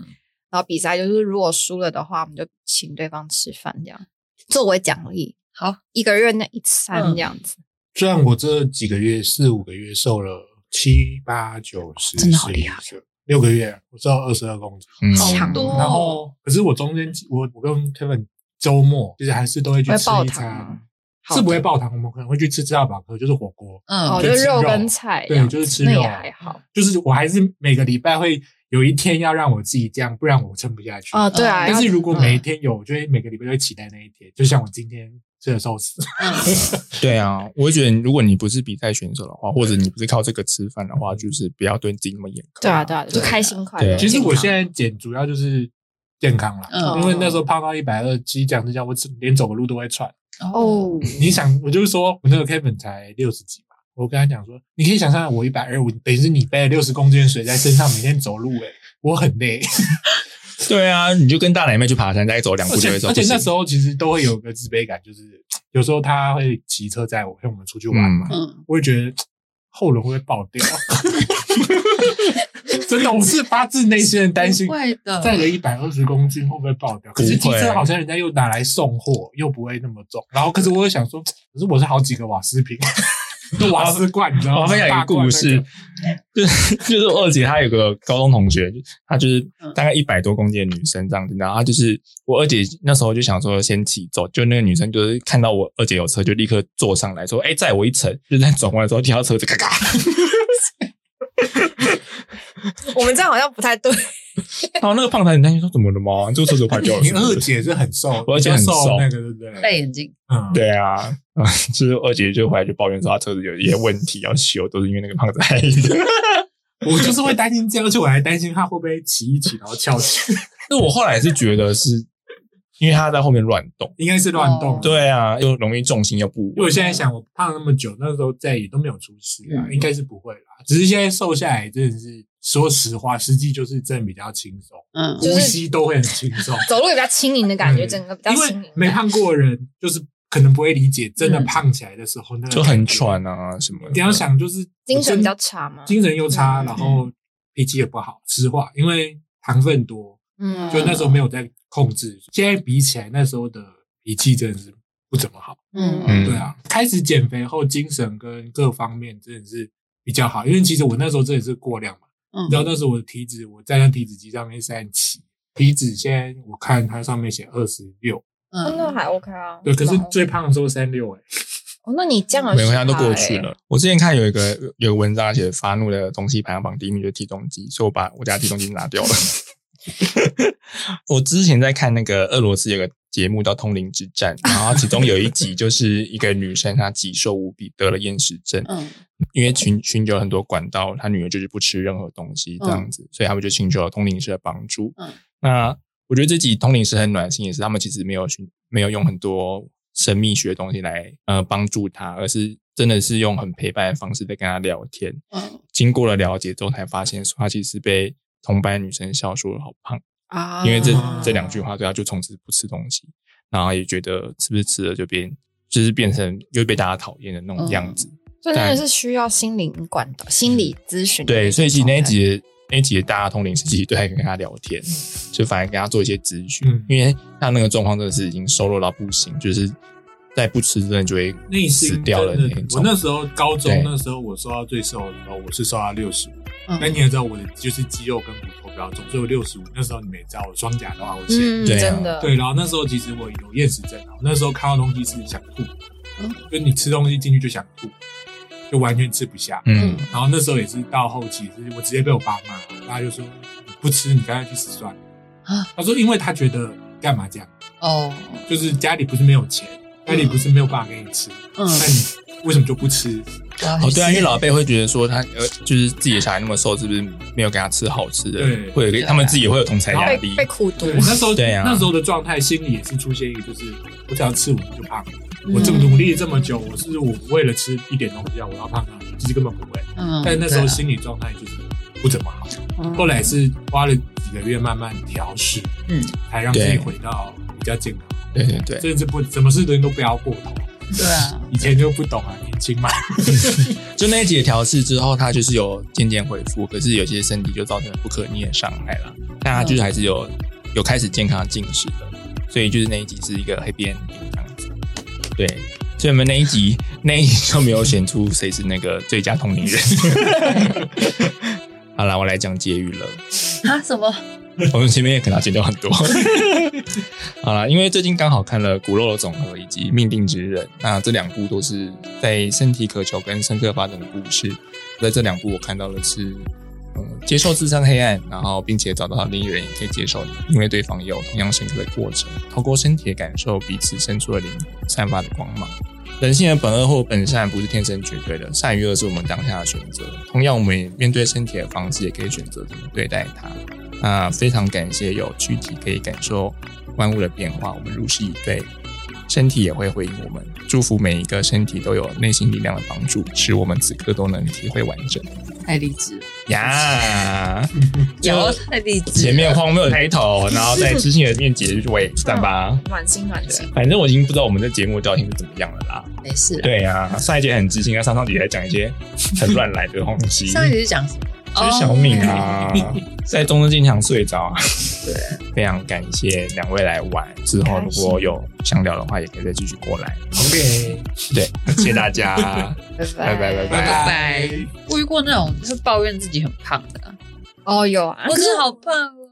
S2: 然后比赛就是如果输了的话，我们就请对方吃饭这样，作为奖励，
S4: 好，
S2: 一个月那一餐
S4: 嗯
S2: 这样子。
S3: 虽然我这几个月四五个月瘦了七八九十，
S4: 真的好厉害
S3: 十一，十二六个月我瘦二十二公斤，
S1: 嗯
S2: 好
S4: 多
S3: 然后可是我中间我我跟 Kevin 周末就是还是都会去
S2: 会
S3: 吃
S2: 爆
S3: 一
S2: 糖吗
S3: 餐，
S2: 好
S3: 是不会
S2: 的
S3: 爆糖，我们可能会去吃吃到饱可就是火锅，
S4: 嗯，
S2: 哦，
S3: 就
S2: 就
S3: 吃
S2: 肉
S3: 肉
S2: 跟菜这
S3: 对
S2: 样子，
S3: 就是吃
S2: 那
S3: 肉
S2: 也
S1: 啊
S2: 还好。
S3: 就是我还是每个礼拜会有一天要让我自己这样，不然我撑不下去。
S2: 哦，对
S1: 嗯
S2: 啊，
S3: 但是
S2: 要
S3: 如果每一天有，我就会每个礼拜都会期待那一天。就像我今天吃了寿司，
S1: 对啊，我会觉得如果你不是比赛选手的话，或者你不是靠这个吃饭的话，就是不要对自己那么严苛。
S2: 对啊，对啊，就
S4: 对啊
S2: 开心快
S1: 对
S2: 乐。
S1: 啊
S3: 其实我
S2: 健康
S3: 现在减主要就是健康啦，
S4: 嗯
S3: 因为那时候胖到一百二，其实讲真讲，我连走个路都会喘。
S1: [laughs]
S2: 哦，
S3: 你想，我就是说我那个 Kevin 才六十几嘛，我跟他讲说，你可以想象我一百二，我等于是你背了六十公斤的水在身上，每天走路、欸，我很累。
S1: 对啊，你就跟大奶妹去爬山，大概走两步
S3: 而
S1: 就
S3: 且
S1: 会走。
S3: 而且那时
S1: 候，
S3: 候其实都会有个自卑感，就是有时候他会骑车载我，跟我们出去玩嘛，
S4: 嗯，
S3: 我会觉得后轮会不会爆掉。 [laughs] 真的，我是发自内心的担心
S4: 不，会的，
S3: 载了一百二十公斤会不会爆掉？可是机
S1: 不会
S3: 车好像人家又拿来送货，又不会那么重。然后，可是我又想说，可是我是好几个瓦斯瓶，就瓦斯罐，你知道吗？
S1: 我分享一
S3: 大
S1: 个
S3: 罐
S1: 故事，就是 [laughs] 就是我二姐她有个高中同学，她就是
S3: 嗯
S1: 大概一百多公斤的女生这样子，然后她就是我二姐那时候就想说先骑走，就那个女生就是看到我二姐有车就立刻坐上来说，哎、载我一程，就在转弯的时候跳到车子，咔咔，
S3: [laughs]
S2: 我们这样好像不太对。
S1: 然后那个胖男很担心说怎么了吗？这个车子坏掉了
S3: 那 [laughs] 个。你
S1: 是不是。
S3: 二姐是很瘦，
S1: 我二姐很
S3: 比较
S1: 瘦
S3: 那个对不对？
S4: 戴眼镜，
S3: 嗯，
S1: 对啊，啊，就是二姐就回来就抱怨说她车子有一些问题要修，都是因为那个胖子害的。
S3: [laughs] 我就是会担心这样，而且我还担心他会不会骑一骑然后
S2: [laughs]
S3: 翘起，
S1: [laughs] 那我后来是觉得是因为他在后面乱动，
S3: 应该是乱动。
S4: 哦
S1: 对啊，又容易重心又不
S3: 因为我
S1: 稳。
S3: 现在想，我胖了那么久，那时候再也都没有出事
S2: 嗯
S3: 啊，应该是不会啦。只是现在瘦下来，真的是说实话，实际就是真的比较轻松，
S4: 嗯，
S2: 就是
S3: 呼吸都会很轻松。
S2: [laughs] 走路也比较轻盈的感觉，
S3: 嗯
S2: 整个比较
S3: 因
S2: 轻
S3: 为
S2: 盈。嗯
S3: 没胖过的人，就是可能不会理解，真的胖起来的时候，那个
S1: 就很
S3: 感觉。
S1: 喘啊什么的。
S3: 你要想，就是
S2: 精神比较
S3: 我
S2: 差嘛
S3: 真，精神又差，
S2: 嗯
S3: 然后脾气也不好，实话，因为糖分多，
S2: 嗯，
S3: 就那时候没有在控制。现在比起来，那时候的脾气真的是不怎么好。
S1: 嗯
S3: 对啊，开始减肥后，精神跟各方面真的是比较好，因为其实我那时候真的是过量嘛，
S4: 嗯
S3: 你知道那时候我的体脂，我在那体脂机上面三七，体脂现在我看它上面写二十六，
S2: 真的
S4: 嗯，
S2: 还 OK 啊。
S3: 对，可是
S2: 然后
S3: 最胖的时候三六，哎，
S2: 哦，那你这样
S1: 没关系，都过去。了。我之前看有一个有个文章写发怒的东西排行榜第一名就是体重机，所以我把我家体重机拿掉了。 [laughs] 我之前在看那个俄罗斯有个节目叫《通灵之战》，然后其中有一集就是一个女生她极瘦无比，得了厌食症，
S4: 嗯，
S1: 因为寻寻求很多管道，她女儿就是不吃任何东西这样子，所以他们就请求了通灵师的帮助。
S4: 嗯
S1: 那我觉得这集通灵师很暖心，也是他们其实没有寻没有用很多神秘学的东西来呃帮助她，而是真的是用很陪伴的方式在跟她聊天。
S4: 嗯
S1: 经过了了解之后，才发现说她其实是被同班女生笑说好胖，
S2: 啊
S1: 因为这这两句话，对她就从此不吃东西，然后也觉得是不是吃了就变就是变成又被大家讨厌的那种样子。
S2: 所以真的是需要心灵管道、心理咨询。
S1: 对，所以其实那一集那一集大家通灵是其实都在跟他聊天，就反而跟他做一些咨询，
S3: 嗯
S1: 因为他那个状况真的是已经瘦弱到不行，就是再不吃真的就会
S3: 内心
S1: 死掉了
S3: 真的
S1: 那
S3: 我
S1: 种。
S3: 那时候高中
S1: 对
S3: 那时候我瘦到最瘦的时候，我是瘦到六十五，但
S4: 嗯，
S3: 你也知道我的就是肌肉跟骨头比较重，所以我六十五那时候你们也知道我双颊都凹陷。
S2: 嗯，
S1: 对啊
S2: 真的，
S3: 对，然后那时候其实我有厌食症啊，我那时候看到东西是想吐，
S4: 嗯
S3: 就你吃东西进去就想吐，就完全吃不下。
S1: 嗯，
S3: 然后那时候也是到后期，是我直接被我爸骂，我爸就说你不吃你干脆去死算了。
S4: 啊
S3: 他说因为他觉得干嘛这样，
S4: 哦，
S3: 就是家里不是没有钱，家里不是没有办法给你吃，
S4: 嗯
S3: 那你为什么就不吃？
S1: 哦，对啊，因为老辈会觉得说他呃，就是自己的小孩那么瘦，是不是没有给他吃好吃的？
S3: 对啊
S1: 会有一个他们自己也会有同才压
S2: 被
S1: 力。
S2: 被苦读
S3: 对，，那时候
S1: 对啊
S3: 那时候的状态，心里也是出现一个，就是我只要吃我就胖，
S4: 嗯
S3: 我这么努力这么久，我是我为了吃一点东西啊，我要胖啊，其实根本不会。
S4: 嗯，
S3: 但那时候
S4: 对啊
S3: 心理状态就是不怎么好，
S4: 嗯
S3: 后来是花了几个月慢慢调试，
S4: 嗯，
S3: 才让自己
S1: 对
S3: 回到比较健康。
S1: 对对对，
S3: 甚至不什么事情都不要过头。
S4: 对啊，
S3: 以前就不懂啊，年轻
S4: [laughs]
S3: 嘛。
S1: 就那一集的调试之后，他就是有渐渐恢复，可是有些身体就造成了不可逆的伤害了。但他就是还是有有开始健康进食的，所以就是那一集是一个黑边这样子。对，所以我们那一集 [laughs] 那一集就没有选出谁是那个最佳同龄人。 [laughs] 好啦，我来讲结语了。
S4: 啊什么？
S1: 我们前面也可能要剪掉很多。 [laughs] 好啦，因为最近刚好看了《骨肉的总和》以及《命定之人》，那这两部都是在身体渴求跟深刻发展的故事。在这两部，我看到的是，呃，接受自身黑暗，然后并且找到另一人也可以接受你，因为对方也有同样深刻的过程，透过身体的感受彼此深处的灵魂散发的光芒。人性的本恶或本善不是天生绝对的，善与恶是我们当下的选择。同样，我们也面对身体的方式也可以选择怎么对待它。那非常感谢有躯体可以感受万物的变化，我们入世以对，身体也会回应我们。祝福每一个身体都有内心力量的帮助，使我们此刻都能体会完整
S4: 太励志了，啊
S1: 呀。
S4: 有太励志了。
S1: 前面荒谬的开头，然后再知性的面结尾，算吧。
S2: 暖心暖心。
S1: 反正我已经不知道我们这节目调性是怎么样了啦。
S4: 没事了。
S1: 对呀、上一节很知性，那上上节还讲一些很乱来的东西。
S4: 上一集是讲什么？
S1: 就是小敏啊， [laughs] 在中正经常睡着啊。对， [laughs] 非常感谢两位来玩，之后如果有想聊的话，也可以再继续过来。
S3: OK，
S1: 对，谢谢大家。拜拜拜
S4: 拜
S1: 拜
S4: 拜。我遇过那种就是抱怨自己很胖的啊，
S2: 哦，有啊，
S4: 我真的好胖哦，